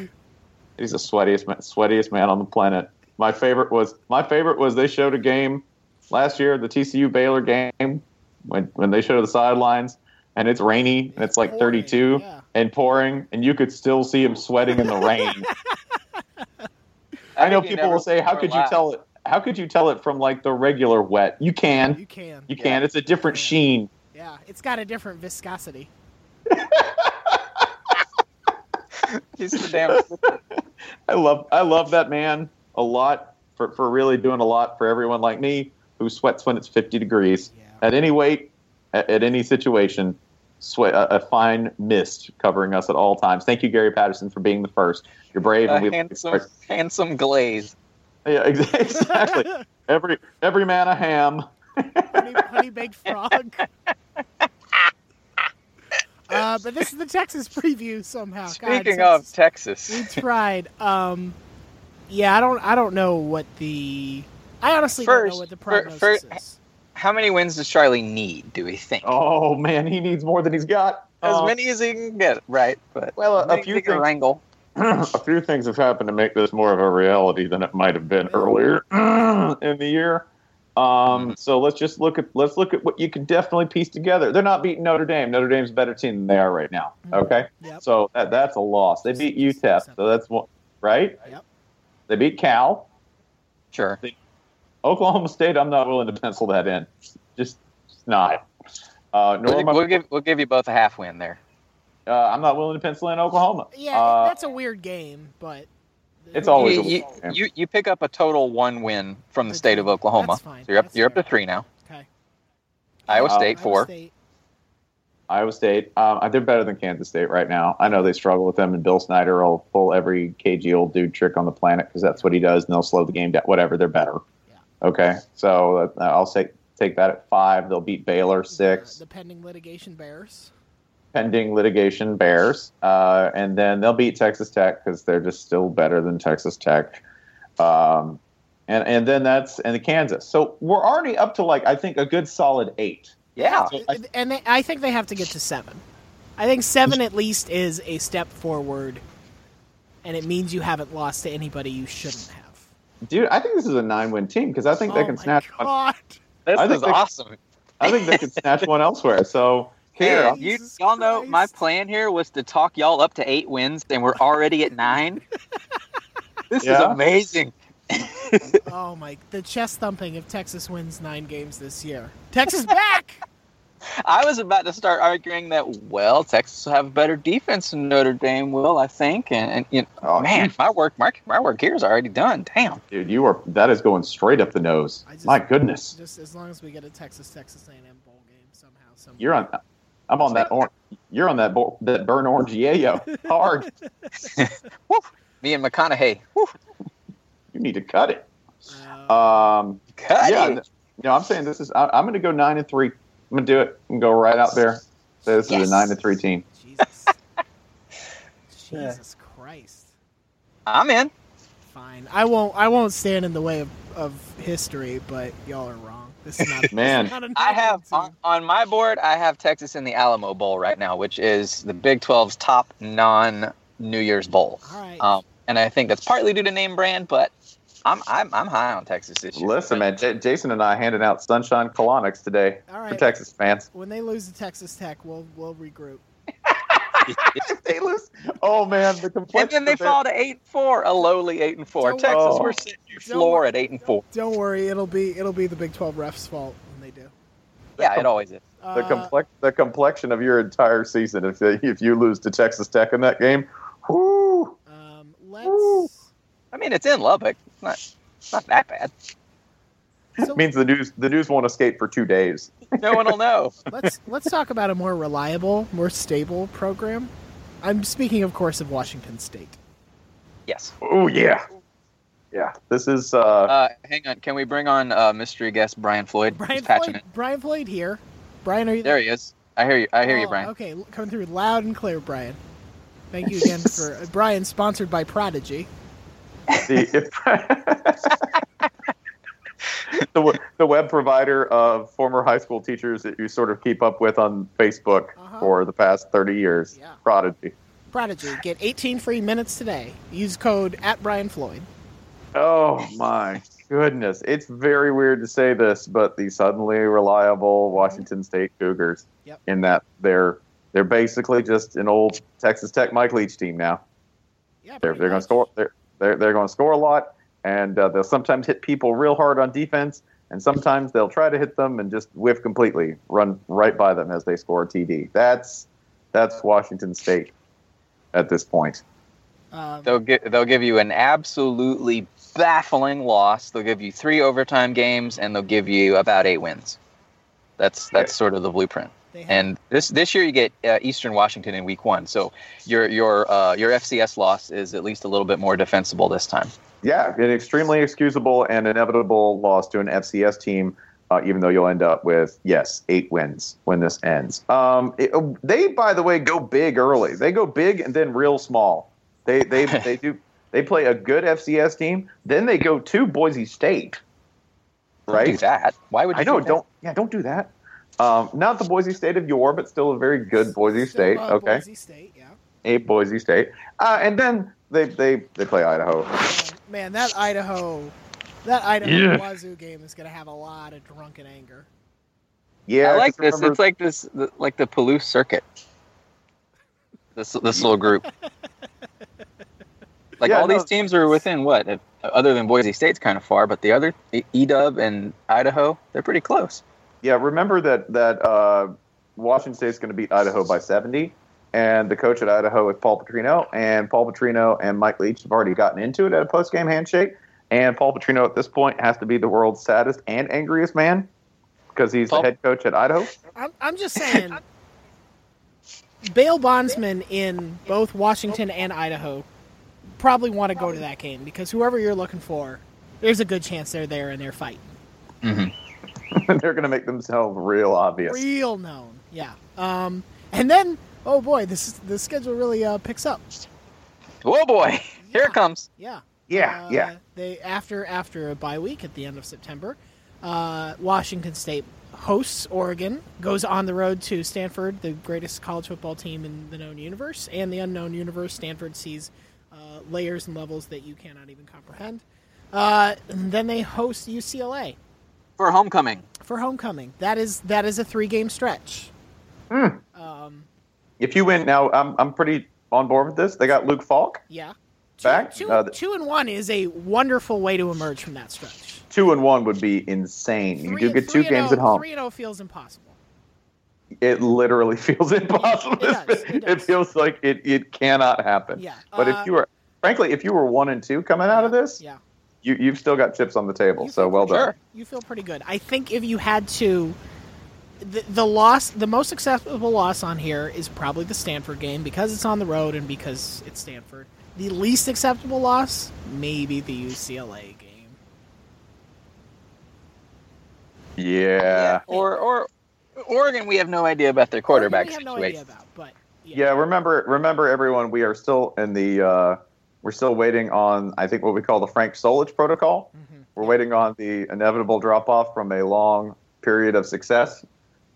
[SPEAKER 1] He's the sweatiest man, sweatiest man on the planet. My favorite was my favorite was they showed a game last year, the TCU Baylor game, when when they showed the sidelines, and it's rainy and it's like
[SPEAKER 3] Pouring,
[SPEAKER 1] 32
[SPEAKER 3] yeah.
[SPEAKER 1] and pouring, and you could still see him sweating in the rain. I know
[SPEAKER 2] think you
[SPEAKER 1] people will
[SPEAKER 2] never
[SPEAKER 1] say, "How
[SPEAKER 2] were
[SPEAKER 1] could you
[SPEAKER 2] allowed."
[SPEAKER 1] tell it? How could you tell it from like the regular wet?" You
[SPEAKER 3] You
[SPEAKER 1] can,
[SPEAKER 3] can.
[SPEAKER 1] you can. It's a different sheen.
[SPEAKER 3] Yeah, it's got a different viscosity.
[SPEAKER 2] He's the damn.
[SPEAKER 1] I love I love that man a lot for, for really doing a lot for everyone like me who sweats when it's 50 degrees
[SPEAKER 3] Yeah.
[SPEAKER 1] at any weight at, at any situation sweat a, a fine mist covering us at all times thank you Gary Patterson for being the first you're brave
[SPEAKER 2] A
[SPEAKER 1] and we
[SPEAKER 2] handsome, handsome glaze.
[SPEAKER 1] yeah ex- exactly every every man a ham
[SPEAKER 3] honey, honey baked frog. Uh, but this is the Texas preview somehow. Oh, God,
[SPEAKER 2] Speaking
[SPEAKER 3] since-
[SPEAKER 2] of Texas,
[SPEAKER 3] we tried. Um, yeah, I don't. I don't know what the. I honestly don't know
[SPEAKER 2] First-
[SPEAKER 3] what the
[SPEAKER 2] fir-
[SPEAKER 3] prognosis
[SPEAKER 2] fir-
[SPEAKER 3] is.
[SPEAKER 2] how many wins does Charlie need? Do we think?
[SPEAKER 1] oh man he needs more than he's got
[SPEAKER 2] as
[SPEAKER 1] Oh.
[SPEAKER 2] many as he can get, right? But
[SPEAKER 1] Well, a-
[SPEAKER 2] as many
[SPEAKER 1] a
[SPEAKER 2] as
[SPEAKER 1] few
[SPEAKER 2] he can
[SPEAKER 1] things-
[SPEAKER 2] wrangle.
[SPEAKER 1] a few things have happened to make this more of a reality than it might have been earlier in the year. Um, so let's just look at let's look at what you can definitely piece together. They're not beating Notre Dame. Notre Dame's a better team than they are right now. Okay,
[SPEAKER 3] Yep.
[SPEAKER 1] so that, that's a loss. They beat UTEP, so that's one right.
[SPEAKER 3] Yep.
[SPEAKER 1] They beat Cal.
[SPEAKER 2] Sure.
[SPEAKER 1] Oklahoma State, I'm not willing to pencil that in. Just, just not. Uh, nor
[SPEAKER 2] We'll,
[SPEAKER 1] am I-
[SPEAKER 2] we'll give we'll give you both a half win there.
[SPEAKER 1] uh, I'm not willing to pencil in Oklahoma.
[SPEAKER 3] Yeah,
[SPEAKER 1] Uh,
[SPEAKER 3] that's a weird game, but
[SPEAKER 1] it's always
[SPEAKER 2] you,
[SPEAKER 1] a
[SPEAKER 2] you,
[SPEAKER 1] game.
[SPEAKER 2] you you pick up a total one win from the
[SPEAKER 3] That's
[SPEAKER 2] state of
[SPEAKER 3] fine.
[SPEAKER 2] Oklahoma.
[SPEAKER 3] That's fine.
[SPEAKER 2] So you're up
[SPEAKER 3] That's
[SPEAKER 2] you're up to
[SPEAKER 3] fair.
[SPEAKER 2] three now.
[SPEAKER 3] okay.
[SPEAKER 2] Iowa
[SPEAKER 1] Uh,
[SPEAKER 2] State
[SPEAKER 3] Iowa
[SPEAKER 2] four.
[SPEAKER 3] State.
[SPEAKER 1] Iowa State. Um, they're better than Kansas State right now. I know they struggle with them, and Bill Snyder will pull every cagey old dude trick on the planet because that's what he does, and they'll slow the game down. Whatever, they're better. Okay, so uh, I'll say take that at five. They'll beat Baylor six,
[SPEAKER 3] The, the pending litigation bears.
[SPEAKER 1] pending litigation Bears, uh, and then they'll beat Texas Tech because they're just still better than Texas Tech. Um, and and then that's and Kansas. So we're already up to like I think a good solid eight.
[SPEAKER 2] Yeah.
[SPEAKER 1] So I-
[SPEAKER 3] Uh, and they, I think they have to get to seven. I think seven at least is a step forward, and it means you haven't lost to anybody you shouldn't have.
[SPEAKER 1] dude, I think this is a nine-win team because I think they
[SPEAKER 3] Oh
[SPEAKER 1] can
[SPEAKER 3] my
[SPEAKER 1] snatch. one-
[SPEAKER 3] God.
[SPEAKER 2] This
[SPEAKER 1] I think
[SPEAKER 2] is
[SPEAKER 1] they-
[SPEAKER 2] awesome.
[SPEAKER 1] I think they could snatch one elsewhere. So here,
[SPEAKER 2] Yeah,
[SPEAKER 1] I'll-
[SPEAKER 2] you,
[SPEAKER 3] Jesus
[SPEAKER 2] y'all know my
[SPEAKER 3] Christ.
[SPEAKER 2] plan here was to talk y'all up to eight wins, and we're already at nine. this
[SPEAKER 1] Yeah.
[SPEAKER 2] is amazing.
[SPEAKER 3] Oh my! The chest thumping if Texas wins nine games this year. Texas back.
[SPEAKER 2] I was about to start arguing that well, Texas will have a better defense than Notre Dame will, I think. And, and you know,
[SPEAKER 1] Oh,
[SPEAKER 2] man, my work, my, my work here is already done. Damn.
[SPEAKER 1] dude, you are that is going straight up the nose.
[SPEAKER 3] I just-
[SPEAKER 1] my goodness,
[SPEAKER 3] Just as long as we get a Texas Texas A&M bowl game somehow. somehow.
[SPEAKER 1] you're on. I'm on that orange. You're on that bo- that burn orange yayo hard.
[SPEAKER 2] Me and McConaughey. Whew,
[SPEAKER 1] You need to cut it.
[SPEAKER 3] Uh,
[SPEAKER 1] Um,
[SPEAKER 2] cut
[SPEAKER 1] yeah,
[SPEAKER 2] it.
[SPEAKER 1] th- no, I'm saying this is. I, I'm going to go nine and three. I'm going to do it. I'm going to go right out there. Say this is
[SPEAKER 2] Yes.
[SPEAKER 1] a nine and three team.
[SPEAKER 3] Jesus. Jesus Christ.
[SPEAKER 2] I'm in.
[SPEAKER 3] Fine. I won't. I won't stand in the way of, of history, but y'all are wrong. This is not. this is
[SPEAKER 1] Man.
[SPEAKER 3] not a
[SPEAKER 2] I have
[SPEAKER 3] nonsense.
[SPEAKER 2] on, on my board. I have Texas in the Alamo Bowl right now, which is the Big 12's top non-New Year's bowl.
[SPEAKER 3] All right.
[SPEAKER 2] Um, and I think that's partly due to name brand, but I'm I'm, I'm high on Texas this year.
[SPEAKER 1] Listen, man, J- Jason and I handing out sunshine colonics today
[SPEAKER 3] All
[SPEAKER 1] for
[SPEAKER 3] right.
[SPEAKER 1] Texas fans.
[SPEAKER 3] When they lose to Texas Tech, we'll we'll regroup.
[SPEAKER 1] they lose. Oh man, the
[SPEAKER 2] and
[SPEAKER 1] complaints.
[SPEAKER 2] then they
[SPEAKER 1] that-
[SPEAKER 2] fall to eight and four, a lowly eight and four.
[SPEAKER 3] Don't-
[SPEAKER 2] Texas,
[SPEAKER 1] Oh.
[SPEAKER 2] we're sitting your
[SPEAKER 3] Don't-
[SPEAKER 2] floor at eight and four.
[SPEAKER 3] Don't worry. It'll be it'll be the Big Twelve refs' fault when they do.
[SPEAKER 2] Yeah, it always is.
[SPEAKER 1] the
[SPEAKER 3] Uh,
[SPEAKER 1] complex the complexion of your entire season if if you lose to Texas Tech in that game. Whoo!
[SPEAKER 3] um,
[SPEAKER 1] Woo.
[SPEAKER 3] let's.
[SPEAKER 2] I mean, it's in Lubbock. It's not it's not that bad.
[SPEAKER 3] so
[SPEAKER 1] Means the news the news won't escape for two days.
[SPEAKER 2] No one will know.
[SPEAKER 3] let's let's talk about a more reliable, more stable program. I'm speaking, of course, of Washington State.
[SPEAKER 2] Yes.
[SPEAKER 1] Oh yeah, yeah. This is uh,
[SPEAKER 2] Uh, hang on. Can we bring on uh, mystery guest Brian Floyd?
[SPEAKER 3] Brian
[SPEAKER 2] He's patching
[SPEAKER 3] Floyd. Brian Floyd here. Brian, are you
[SPEAKER 2] it. There he is. I hear you. I hear you,
[SPEAKER 3] Oh,
[SPEAKER 2] Brian.
[SPEAKER 3] Okay, l- coming through loud and clear, Brian. Thank you again for uh, Brian, sponsored by Prodigy.
[SPEAKER 1] the the we- the web provider of former high school teachers that you sort of keep up with on Facebook
[SPEAKER 3] Uh-huh.
[SPEAKER 1] for the past thirty years.
[SPEAKER 3] Yeah.
[SPEAKER 1] Prodigy.
[SPEAKER 3] Prodigy, get 18 free minutes today. Use code at Brian Floyd.
[SPEAKER 1] Oh my goodness. It's very weird to say this, but the suddenly reliable Washington State Cougars
[SPEAKER 3] Yep.
[SPEAKER 1] in that they're they're basically just an old Texas Tech Mike Leach team now.
[SPEAKER 3] Yeah,
[SPEAKER 1] They're
[SPEAKER 3] pretty
[SPEAKER 1] they're going
[SPEAKER 3] much.
[SPEAKER 1] to score they're they're, they're going to score a lot and uh, they'll sometimes hit people real hard on defense and sometimes they'll try to hit them and just whiff completely, run right by them as they score a TD. That's that's Washington State at this point.
[SPEAKER 3] Um,
[SPEAKER 2] They'll give they'll give you an absolutely baffling loss. They'll give you three overtime games, and they'll give you about eight wins. That's that's sort of the blueprint.
[SPEAKER 3] they have-
[SPEAKER 2] And this this year you get uh, Eastern Washington in week one, so your your uh, your FCS loss is at least a little bit more defensible this time.
[SPEAKER 1] Yeah, an extremely excusable and inevitable loss to an FCS team, uh, even though you'll end up with, yes, eight wins when this ends. Um, it- they, by the way, go big early. They go big and then real small. They, they, they do. They play a good FCS team, then they go to Boise State.
[SPEAKER 2] Don't
[SPEAKER 1] Right?
[SPEAKER 2] Do that. Why would you
[SPEAKER 1] I know.
[SPEAKER 2] do that?
[SPEAKER 1] Don't yeah. Don't do that. Um, not the Boise State of yore, but still a very good Boise
[SPEAKER 3] still
[SPEAKER 1] State.
[SPEAKER 3] love
[SPEAKER 1] okay,
[SPEAKER 3] Boise State, yeah.
[SPEAKER 1] a Boise State, uh, and then they, they they play Idaho.
[SPEAKER 3] Um, Man, that Idaho, that Idaho
[SPEAKER 1] Yeah.
[SPEAKER 3] Wazoo game is going to have a lot of drunken anger.
[SPEAKER 1] Yeah,
[SPEAKER 2] I like
[SPEAKER 1] 'cause
[SPEAKER 2] this.
[SPEAKER 1] remember-
[SPEAKER 2] It's like this the, like the Palouse circuit. This this little group. Like
[SPEAKER 1] Yeah,
[SPEAKER 2] all
[SPEAKER 1] no.
[SPEAKER 2] these teams are within what a, other than Boise State's kind of far, but the other EW and Idaho, they're pretty close.
[SPEAKER 1] Yeah, remember that that uh, Washington State's going to beat Idaho by 70, and the coach at Idaho is Paul Petrino, and Paul Petrino and Mike Leach have already gotten into it at a post game handshake, and Paul Petrino at this point has to be the world's saddest and angriest man because he's
[SPEAKER 2] Paul-
[SPEAKER 1] the head coach at Idaho.
[SPEAKER 3] I'm, I'm just saying, bail bondsmen in both Washington and Idaho probably want to go to that game because whoever you're looking for, there's a good chance they're there in their fight.
[SPEAKER 1] They're going to make themselves real obvious.
[SPEAKER 3] Real known, yeah. Um, and then, oh boy, this is, the schedule really uh, picks up.
[SPEAKER 2] Oh boy, here it comes.
[SPEAKER 3] Yeah.
[SPEAKER 1] Yeah,
[SPEAKER 3] Uh,
[SPEAKER 1] yeah.
[SPEAKER 3] They after after a bye week at the end of September, uh, Washington State hosts Oregon, goes on the road to Stanford, the greatest college football team in the known universe and the unknown universe. Stanford sees uh, layers and levels that you cannot even comprehend. Uh, and then they host UCLA
[SPEAKER 2] For homecoming.
[SPEAKER 3] for homecoming. That is that is a three game stretch.
[SPEAKER 1] Hmm.
[SPEAKER 3] Um,
[SPEAKER 1] If you win now, I'm I'm pretty on board with this. They got Luke Falk
[SPEAKER 3] Yeah. Two,
[SPEAKER 1] back.
[SPEAKER 3] two,
[SPEAKER 1] Uh, th-
[SPEAKER 3] two and one is a wonderful way to emerge from that stretch.
[SPEAKER 1] two and one would be insane. you
[SPEAKER 3] Three-
[SPEAKER 1] do get
[SPEAKER 3] three
[SPEAKER 1] two
[SPEAKER 3] and
[SPEAKER 1] games
[SPEAKER 3] oh-
[SPEAKER 1] at home.
[SPEAKER 3] Three and oh feels impossible.
[SPEAKER 1] it literally feels impossible.
[SPEAKER 3] it does, it does.
[SPEAKER 1] feels like it, it cannot happen.
[SPEAKER 3] Yeah,
[SPEAKER 1] But
[SPEAKER 3] uh,
[SPEAKER 1] if you were, frankly, if you were one and two coming out of this,
[SPEAKER 3] Yeah.
[SPEAKER 1] you, you've still got chips on the table.
[SPEAKER 3] You
[SPEAKER 1] So
[SPEAKER 3] feel
[SPEAKER 1] well
[SPEAKER 3] pretty-
[SPEAKER 1] done.
[SPEAKER 3] You feel pretty good. I think if you had to, the, the loss, the most acceptable loss on here is probably the Stanford game because it's on the road and because it's Stanford. The least acceptable loss, maybe the UCLA game.
[SPEAKER 1] Yeah.
[SPEAKER 2] Or or Oregon, we have no idea about their quarterback
[SPEAKER 3] We have no idea
[SPEAKER 2] situation.
[SPEAKER 3] about, but yeah.
[SPEAKER 1] Yeah. Remember, remember everyone, we are still in the, uh, we're still waiting on, I think, what we call the Frank Solich protocol.
[SPEAKER 3] Mm-hmm.
[SPEAKER 1] We're waiting on the inevitable drop off from a long period of success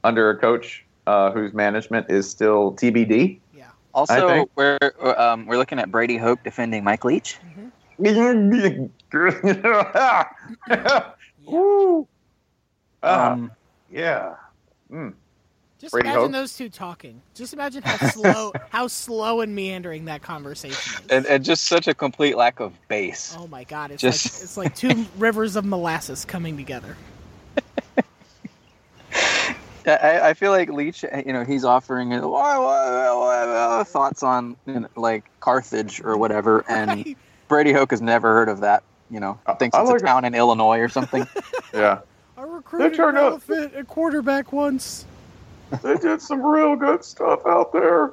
[SPEAKER 1] under a coach uh, whose management is still TBD.
[SPEAKER 3] yeah.
[SPEAKER 1] I
[SPEAKER 2] Also,
[SPEAKER 1] think-
[SPEAKER 2] we're um, we're looking at Brady Hope defending Mike Leach.
[SPEAKER 3] Mm-hmm.
[SPEAKER 1] Woo. Ah,
[SPEAKER 2] Um,
[SPEAKER 1] yeah.
[SPEAKER 3] Just
[SPEAKER 1] Brady
[SPEAKER 3] imagine
[SPEAKER 1] Hoke?
[SPEAKER 3] those two talking. Just imagine how slow, how slow and meandering that conversation is.
[SPEAKER 2] and, and just such a complete lack of base.
[SPEAKER 3] oh my god, it's
[SPEAKER 2] just-
[SPEAKER 3] like it's like two rivers of molasses coming together.
[SPEAKER 2] I, I feel like Leach, you know, he's offering uh, wah, wah, wah, wah, thoughts on you know, like Carthage or whatever, and Brady Hoke has never heard of that. You know, thinks
[SPEAKER 1] I
[SPEAKER 2] it's
[SPEAKER 1] like-
[SPEAKER 2] a town in Illinois or something.
[SPEAKER 1] Yeah.
[SPEAKER 3] I recruited
[SPEAKER 1] turned
[SPEAKER 3] an
[SPEAKER 1] out-
[SPEAKER 3] elephant at quarterback once.
[SPEAKER 1] they did some real good stuff out there.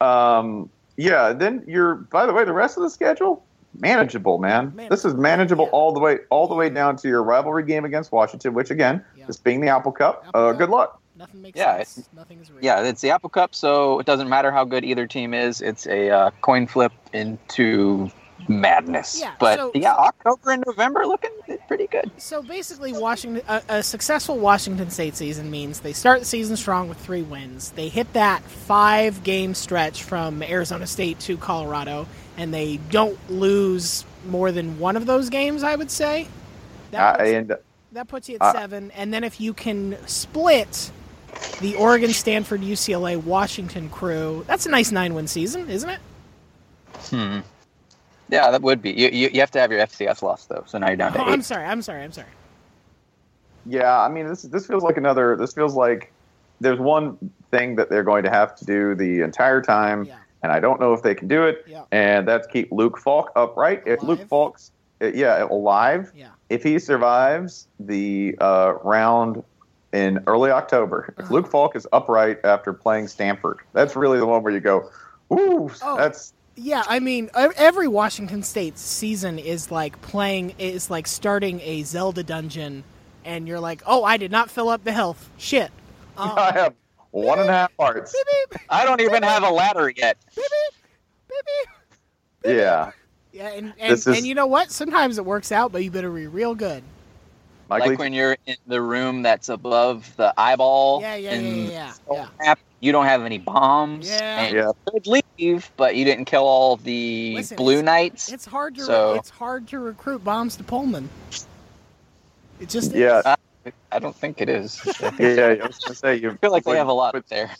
[SPEAKER 1] Um, yeah, then you're by the way, the rest of the schedule manageable, man. This is manageable
[SPEAKER 3] Yeah.
[SPEAKER 1] all the way all the way down to your rivalry game against Washington, which again,
[SPEAKER 3] Yeah.
[SPEAKER 1] this being the Apple Cup,
[SPEAKER 3] Apple
[SPEAKER 1] uh,
[SPEAKER 3] Cup.
[SPEAKER 1] good luck.
[SPEAKER 3] Nothing makes
[SPEAKER 2] Yeah,
[SPEAKER 3] sense.
[SPEAKER 2] it-
[SPEAKER 3] Nothing is real.
[SPEAKER 2] yeah, it's the Apple Cup, so it doesn't matter how good either team is. It's a uh, coin flip into madness.
[SPEAKER 3] Yeah,
[SPEAKER 2] but
[SPEAKER 3] so-
[SPEAKER 2] yeah,
[SPEAKER 3] so-
[SPEAKER 2] October and November looking pretty good.
[SPEAKER 3] So basically, Washington a, a successful Washington State season means they start the season strong with three wins. They hit that five game stretch from Arizona State to Colorado, and they don't lose more than one of those games. I would say that
[SPEAKER 1] I,
[SPEAKER 3] puts,
[SPEAKER 1] and uh,
[SPEAKER 3] that puts you at
[SPEAKER 1] I-
[SPEAKER 3] seven. And then if you can split the Oregon, Stanford, UCLA, Washington crew, that's a nice nine win season, isn't it?
[SPEAKER 2] Yeah, that would be. You, you, you have to have your FCS loss though, so now you're down
[SPEAKER 3] Oh,
[SPEAKER 2] to
[SPEAKER 3] I'm
[SPEAKER 2] eight.
[SPEAKER 3] sorry. I'm sorry. I'm sorry.
[SPEAKER 1] Yeah, I mean this this feels like another this feels like there's one thing that they're going to have to do the entire
[SPEAKER 2] Um,
[SPEAKER 1] time
[SPEAKER 3] Yeah.
[SPEAKER 1] and I don't know if they can do it
[SPEAKER 3] Yeah.
[SPEAKER 1] and that's keep Luke Falk upright. If Luke
[SPEAKER 3] Alive.
[SPEAKER 1] Falk's uh, yeah, alive,
[SPEAKER 3] Yeah.
[SPEAKER 1] if he survives the uh, round in early October, if Luke Falk is upright after playing Stanford, that's really the one where you go, ooh,
[SPEAKER 3] Oh.
[SPEAKER 1] that's
[SPEAKER 3] Yeah, I mean, ev- every Washington State season is like playing is like starting a Zelda dungeon, and you're like, oh, I did not fill up the health. Shit. Um,
[SPEAKER 1] I have one and a half hearts.
[SPEAKER 3] beep, beep,
[SPEAKER 2] I don't even have a ladder yet.
[SPEAKER 3] beep, beep.
[SPEAKER 1] Yeah,
[SPEAKER 3] Yeah, and and,
[SPEAKER 1] This is-
[SPEAKER 3] and you know what? Sometimes it works out, but you better be real good.
[SPEAKER 1] Mike
[SPEAKER 2] like
[SPEAKER 1] Leach-
[SPEAKER 2] when you're in the room that's above the eyeball.
[SPEAKER 3] Yeah, yeah,
[SPEAKER 2] and
[SPEAKER 3] yeah, yeah, yeah.
[SPEAKER 2] map, You don't have any bombs.
[SPEAKER 3] Yeah.
[SPEAKER 2] and
[SPEAKER 1] Yeah.
[SPEAKER 2] You could leave, but you didn't kill all the
[SPEAKER 3] Listen,
[SPEAKER 2] blue
[SPEAKER 3] it's-
[SPEAKER 2] knights.
[SPEAKER 3] It's hard to
[SPEAKER 2] So-
[SPEAKER 3] it's hard to recruit bombs to Pullman. It just
[SPEAKER 1] yeah,
[SPEAKER 2] Uh, I don't think it is. I
[SPEAKER 1] yeah, I was gonna say you
[SPEAKER 2] feel like they have a lot there.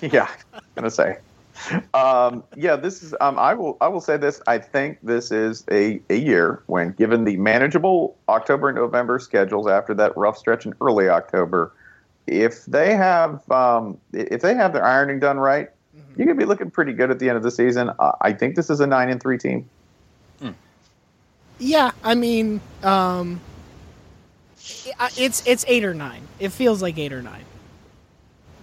[SPEAKER 1] Yeah, I'm gonna say um, yeah, this is. Um, I will. I will say this. I think this is a, a year when, given the manageable October and November schedules after that rough stretch in early October, if they have um, if they have their ironing done right, you could be looking pretty good at the end of the season. I I think this is a nine and three team.
[SPEAKER 3] Yeah, I mean, um, I- it's it's eight or nine. It feels like eight or nine.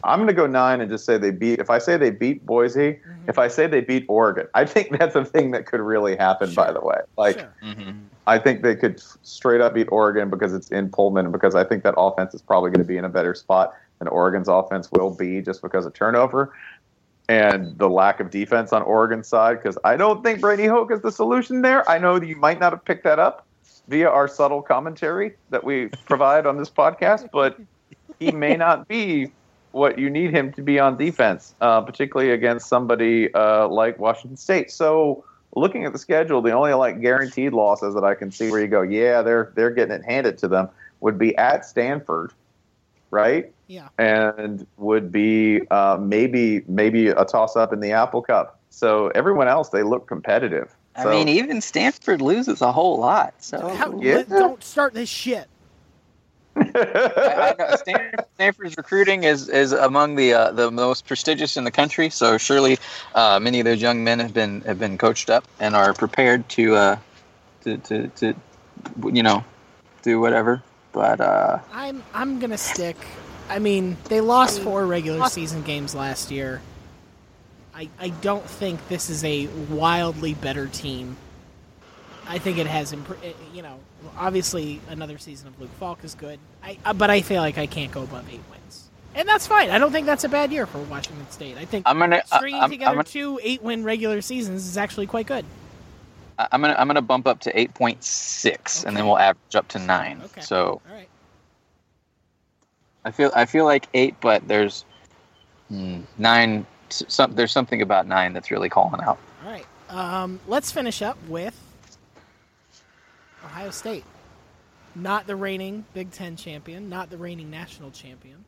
[SPEAKER 1] I'm going to go nine and just say they beat. If I say they beat Boise, if I say they beat Oregon, I think that's a thing that could really happen. By the way, like
[SPEAKER 3] Sure.
[SPEAKER 1] I think they could straight up beat Oregon because it's in Pullman, and because I think that offense is probably going to be in a better spot than Oregon's offense will be just because of turnover and the lack of defense on Oregon's side. Because I don't think Brady Hoke is the solution there. I know that you might not have picked that up via our subtle commentary that we provide on this podcast, but he may not be what you need him to be on defense, uh, particularly against somebody uh, like Washington State. So, looking at the schedule, the only like guaranteed losses that I can see where you go, yeah, they're they're getting it handed to them, would be at Stanford, right?
[SPEAKER 3] Yeah.
[SPEAKER 1] and would be uh, maybe maybe a toss up in the Apple Cup. So everyone else, they look competitive.
[SPEAKER 2] I
[SPEAKER 1] So-
[SPEAKER 2] mean, even Stanford loses a whole lot. So
[SPEAKER 3] How-
[SPEAKER 1] yeah.
[SPEAKER 3] let- Don't start this shit.
[SPEAKER 2] I, I know Stanford, Stanford's recruiting is is among the uh, the most prestigious in the country. So surely, uh, many of those young men have been have been coached up and are prepared to uh, to, to to you know do whatever. But uh,
[SPEAKER 3] I'm I'm gonna stick. I mean, they lost four regular season games last year. I I don't think this is a wildly better team. I think it has improved. You know, obviously another season of Luke Falk is good. I uh, but I feel like I can't go above eight wins, and that's fine. I don't think that's a bad year for Washington State. I think
[SPEAKER 2] I'm gonna I-
[SPEAKER 3] stringing
[SPEAKER 2] I'm, I'm
[SPEAKER 3] together
[SPEAKER 2] gonna,
[SPEAKER 3] two eight win regular seasons is actually quite good.
[SPEAKER 2] I'm gonna I'm gonna bump up to eight point six, and then
[SPEAKER 3] Okay.
[SPEAKER 2] we'll average up to nine.
[SPEAKER 3] Okay.
[SPEAKER 2] So
[SPEAKER 3] All right.
[SPEAKER 2] I feel I feel like eight, but there's hmm, nine. s- Some, there's something about nine that's really calling out.
[SPEAKER 3] All right. Um, let's finish up with Ohio State. Not the reigning Big Ten champion, not the reigning national champion.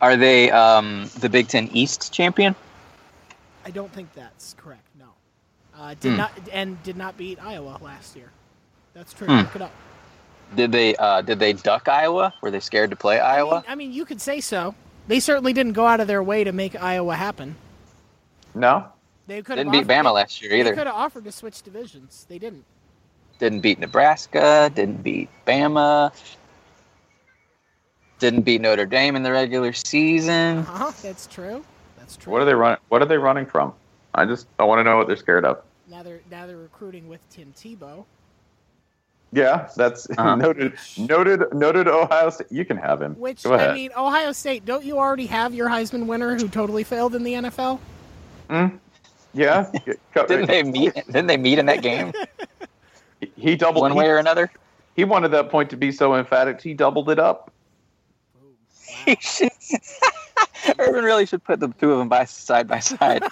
[SPEAKER 2] Are they um, the Big Ten East champion?
[SPEAKER 3] I don't think that's correct. No, uh, did
[SPEAKER 2] Hmm.
[SPEAKER 3] not and did not beat Iowa last year. That's true.
[SPEAKER 2] Hmm.
[SPEAKER 3] Look it up.
[SPEAKER 2] Did they uh, did they duck Iowa? Were they scared to play Iowa?
[SPEAKER 3] I mean, you could say so. They certainly didn't go out of their way to make Iowa happen.
[SPEAKER 1] no,
[SPEAKER 3] They could
[SPEAKER 2] Didn't beat Bama last year
[SPEAKER 3] They could
[SPEAKER 2] either.
[SPEAKER 3] have offered to switch divisions. They didn't.
[SPEAKER 2] Didn't beat Nebraska. Didn't beat Bama. Didn't beat Notre Dame in the regular season.
[SPEAKER 3] Huh? Uh-huh. That's true. That's true.
[SPEAKER 1] what are they running? What are they running from? I just I want to know what they're scared of.
[SPEAKER 3] Now they're now they're recruiting with Tim Tebow.
[SPEAKER 1] Yeah, that's
[SPEAKER 2] Uh-huh.
[SPEAKER 1] noted. Noted. Noted. Ohio State. You can have him.
[SPEAKER 3] Which
[SPEAKER 1] Go ahead.
[SPEAKER 3] I mean, Ohio State. Don't you already have your Heisman winner who totally failed in the NFL?
[SPEAKER 1] yeah. Co-
[SPEAKER 2] Didn't they meet? Didn't they meet in that game
[SPEAKER 1] He doubled
[SPEAKER 2] one
[SPEAKER 1] he,
[SPEAKER 2] way or another?
[SPEAKER 1] He wanted that point to be so emphatic. He doubled it up.
[SPEAKER 2] He should- Urban really should put the two of them by side by side.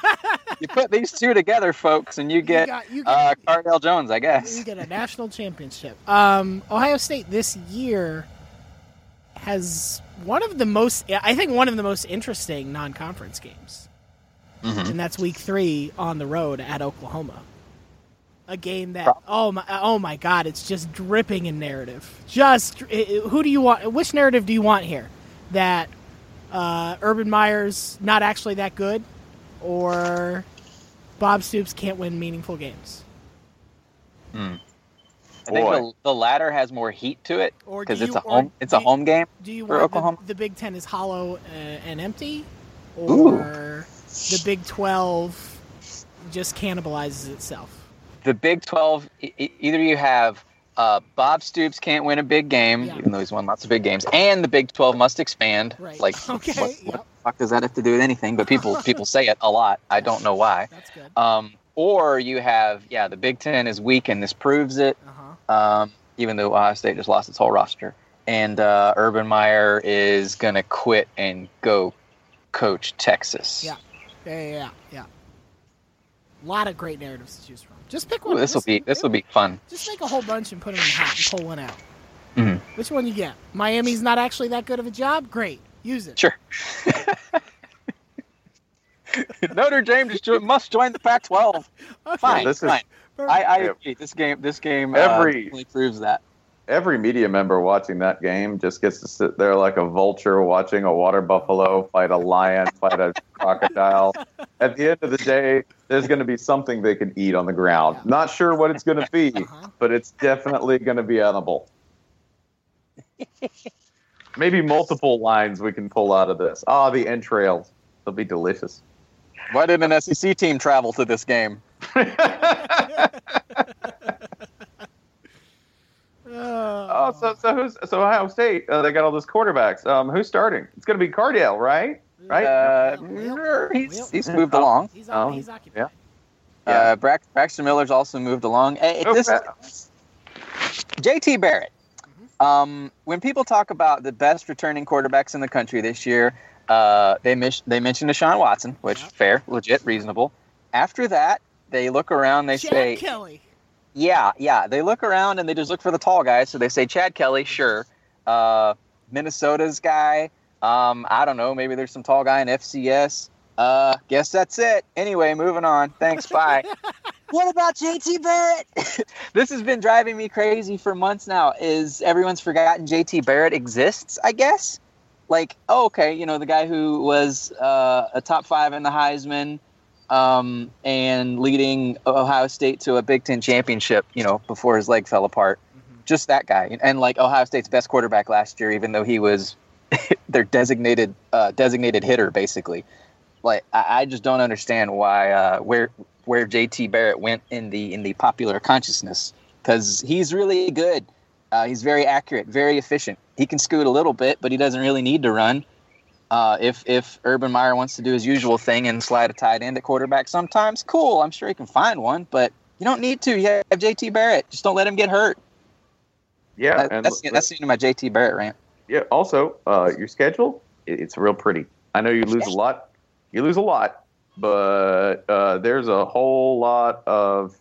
[SPEAKER 2] you put these two together, folks, and you
[SPEAKER 3] you
[SPEAKER 2] get
[SPEAKER 3] got you
[SPEAKER 2] uh,
[SPEAKER 3] get,
[SPEAKER 2] Cardell Jones, I
[SPEAKER 3] you
[SPEAKER 2] guess.
[SPEAKER 3] get a national championship. Um, Ohio State this year has one of the most, I think, one of the most interesting non-conference games, and that's Week Three on the road at Oklahoma. A game that oh my oh my god, it's just dripping in narrative. Just it- it- who do you want? Which narrative do you want here? That uh, Urban Meyer's not actually that good, or Bob Stoops can't win meaningful games.
[SPEAKER 2] I think
[SPEAKER 1] Boy.
[SPEAKER 2] the, the latter has more heat to it
[SPEAKER 3] Or
[SPEAKER 2] because
[SPEAKER 3] do
[SPEAKER 2] it's
[SPEAKER 3] you-
[SPEAKER 2] a
[SPEAKER 3] or
[SPEAKER 2] home it's a
[SPEAKER 3] do you-
[SPEAKER 2] home game.
[SPEAKER 3] Do you
[SPEAKER 2] For
[SPEAKER 3] want
[SPEAKER 2] Oklahoma?
[SPEAKER 3] The, the Big Ten is hollow uh, and empty,
[SPEAKER 2] Ooh.
[SPEAKER 3] or the Big Twelve just cannibalizes itself?
[SPEAKER 2] the Big 12, e- e- either you have uh, Bob Stoops can't win a big game,
[SPEAKER 3] Yeah.
[SPEAKER 2] even though he's won lots of big games, and the Big 12 must expand.
[SPEAKER 3] Right.
[SPEAKER 2] Like,
[SPEAKER 3] Okay,
[SPEAKER 2] what, what
[SPEAKER 3] yep.
[SPEAKER 2] the fuck does that have to do with anything? But people people say it a lot. I don't know why.
[SPEAKER 3] That's good.
[SPEAKER 2] Um, or you have, yeah, the Big 10 is weak and this proves it,
[SPEAKER 3] Uh huh.
[SPEAKER 2] um, even though Ohio State just lost its whole roster. And uh, Urban Meyer is going to quit and go coach Texas.
[SPEAKER 3] Yeah. Yeah, yeah, yeah, yeah. A lot of great narratives to choose from. Just pick one.
[SPEAKER 2] This will
[SPEAKER 3] Just-
[SPEAKER 2] be this will be fun.
[SPEAKER 3] Just make a whole bunch and put them in the hat and pull one out.
[SPEAKER 2] Mhm.
[SPEAKER 3] Which one you get? Miami's not actually that good of a job. Great, use it.
[SPEAKER 2] Sure. Notre Dame just jo- must join the Pac-12. Fine,
[SPEAKER 1] this is-
[SPEAKER 2] fine. I, I
[SPEAKER 1] Yeah.
[SPEAKER 2] agree. This game, this game,
[SPEAKER 1] Every-
[SPEAKER 2] uh, definitely proves that.
[SPEAKER 1] Every media member watching that game just gets to sit there like a vulture watching a water buffalo fight a lion, fight a crocodile. At the end of the day, there's going to be something they can eat on the ground. Not sure what it's going to be, but it's definitely going to be edible. Maybe multiple lines we can pull out of this. Ah, the entrails. They'll be delicious.
[SPEAKER 2] Why did an SEC team travel to this game?
[SPEAKER 1] Oh, so so who's so Ohio State? Uh, they got all those quarterbacks. Um, who's starting? It's going to be Cardale, right? Right.
[SPEAKER 2] Uh,
[SPEAKER 3] Well, well.
[SPEAKER 2] he's, he's moved along.
[SPEAKER 3] He's,
[SPEAKER 1] Oh,
[SPEAKER 3] he's occupied.
[SPEAKER 2] Uh, Brax, Braxton Miller's also moved along. Eh,
[SPEAKER 1] Oh,
[SPEAKER 2] this-
[SPEAKER 1] Bra-
[SPEAKER 2] JT Barrett. Um, when people talk about the best returning quarterbacks in the country this year, uh, they mis- they mention Deshaun Watson, which fair, legit, reasonable. After that, they look around. They
[SPEAKER 3] Chad
[SPEAKER 2] say,
[SPEAKER 3] Kelly.
[SPEAKER 2] "Yeah, yeah." They look around and they just look for the tall guy. So they say Chad Kelly, sure. Uh, Minnesota's guy. Um, I don't know. Maybe there's some tall guy in FCS. Uh, guess that's it. Anyway, moving on. Thanks. Bye. what about JT Barrett? this has been driving me crazy for months now. Is everyone's forgotten JT Barrett exists? I guess. Like, oh, okay, you know the guy who was uh, a top five in the Heisman um, and leading Ohio State to a Big Ten championship. You know, before his leg fell apart. Just that guy, and like Ohio State's best quarterback last year, even though he was their designated uh, designated hitter, basically. Like, I, I just don't understand why uh, where where JT Barrett went in the in the popular consciousness because he's really good. Uh, he's very accurate, very efficient. He can scoot a little bit, but he doesn't really need to run. Uh, if if Urban Meyer wants to do his usual thing and slide a tight end at quarterback sometimes, cool. I'm sure he can find one, but you don't need to. You have JT Barrett. Just don't let him get hurt.
[SPEAKER 1] yeah,
[SPEAKER 2] That-
[SPEAKER 1] and
[SPEAKER 2] that's that's the end of my JT Barrett rant.
[SPEAKER 1] yeah. Also, uh, your schedule it, it's real pretty. I know you lose a lot. You lose a lot, but uh, there's a whole lot of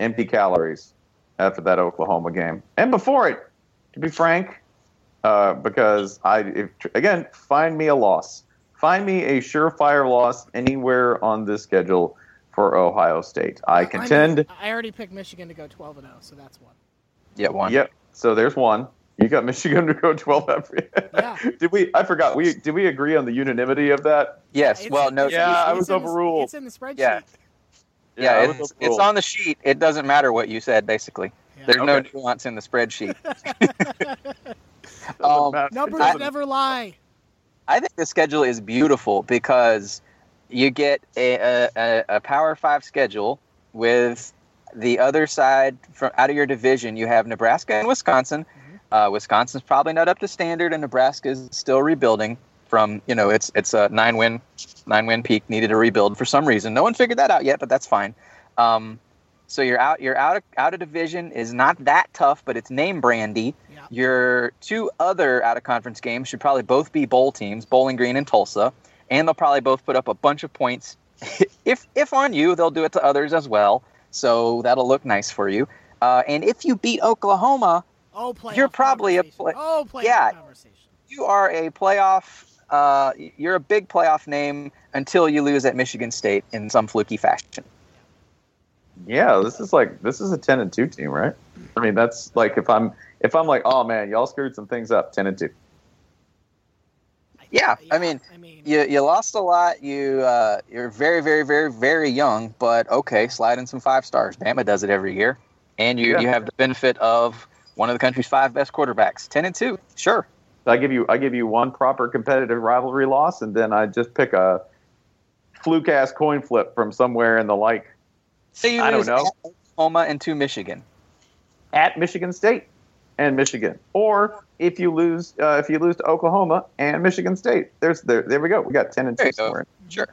[SPEAKER 1] empty calories after that Oklahoma game and before it. To be frank, uh, because I if, again find me a loss, find me a surefire loss anywhere on this schedule for Ohio State. I contend.
[SPEAKER 3] I already picked Michigan to go 12 and 0, so that's one.
[SPEAKER 2] Yeah, one.
[SPEAKER 1] Yep. So there's one. You got Michigan to go 12 after.
[SPEAKER 3] Yeah.
[SPEAKER 1] did we? I forgot. We did we agree on the unanimity of that?
[SPEAKER 2] Yes.
[SPEAKER 3] It's-
[SPEAKER 2] well, no.
[SPEAKER 3] it's-
[SPEAKER 1] Yeah,
[SPEAKER 3] it's-
[SPEAKER 1] I
[SPEAKER 3] it's
[SPEAKER 1] was
[SPEAKER 3] in the-
[SPEAKER 1] overruled.
[SPEAKER 3] It's in the spreadsheet.
[SPEAKER 2] Yeah.
[SPEAKER 1] I
[SPEAKER 2] Yeah,
[SPEAKER 1] was
[SPEAKER 2] it's,
[SPEAKER 1] overruled.
[SPEAKER 2] it's on the sheet. It doesn't matter what you said, basically.
[SPEAKER 3] Yeah.
[SPEAKER 2] There's no
[SPEAKER 1] Okay.
[SPEAKER 2] nuance in the spreadsheet.
[SPEAKER 1] Doesn't
[SPEAKER 2] um,
[SPEAKER 1] matter.
[SPEAKER 3] Numbers
[SPEAKER 1] Doesn't-
[SPEAKER 3] never lie.
[SPEAKER 2] I think the schedule is beautiful because you get a, a, a, a Power Five schedule with the other side from out of your division. You have Nebraska and Wisconsin. Uh, Wisconsin's probably not up to standard, and Nebraska is still rebuilding from you know it's it's a nine win nine win peak needed to rebuild for some reason. No one figured that out yet, but that's fine. Um, so you're out you're out of out of division is not that tough, but it's name brandy.
[SPEAKER 3] Yeah.
[SPEAKER 2] Your two other out of conference games should probably both be bowl teams, Bowling Green and Tulsa, and they'll probably both put up a bunch of points. if if on you, they'll do it to others as well. So that'll look nice for you. Uh, and if you beat Oklahoma,
[SPEAKER 3] Oh, playoff
[SPEAKER 2] You're probably a
[SPEAKER 3] conversation.
[SPEAKER 2] pla-
[SPEAKER 3] Oh, playoff
[SPEAKER 2] Yeah.
[SPEAKER 3] conversation.
[SPEAKER 2] you are a playoff. Uh, you're a big playoff name until you lose at Michigan State in some fluky fashion.
[SPEAKER 1] Yeah, this is like this is a 10 and 2 team, right? I mean, that's like if I'm if I'm like, oh man, y'all screwed some things up, 10 and 2.
[SPEAKER 2] Yeah, I mean,
[SPEAKER 3] I mean,
[SPEAKER 2] You, you lost a lot. You uh, you're very very very very young, but okay, slide in some five stars. Bama does it every year, and you,
[SPEAKER 1] Yeah.
[SPEAKER 2] you have the benefit of one of the country's five best quarterbacks, ten and two. Sure,
[SPEAKER 1] So I give you I give you one proper competitive rivalry loss, and then I just pick a fluke ass coin flip from somewhere in the like
[SPEAKER 2] say you
[SPEAKER 1] I don't
[SPEAKER 2] lose
[SPEAKER 1] know.
[SPEAKER 2] at Oklahoma and to Michigan.
[SPEAKER 1] at Michigan State and Michigan, or if you lose uh, if you lose to Oklahoma and Michigan State. There's there, there we go. We got ten and
[SPEAKER 2] There
[SPEAKER 1] two
[SPEAKER 2] you go.
[SPEAKER 1] somewhere.
[SPEAKER 2] Sure,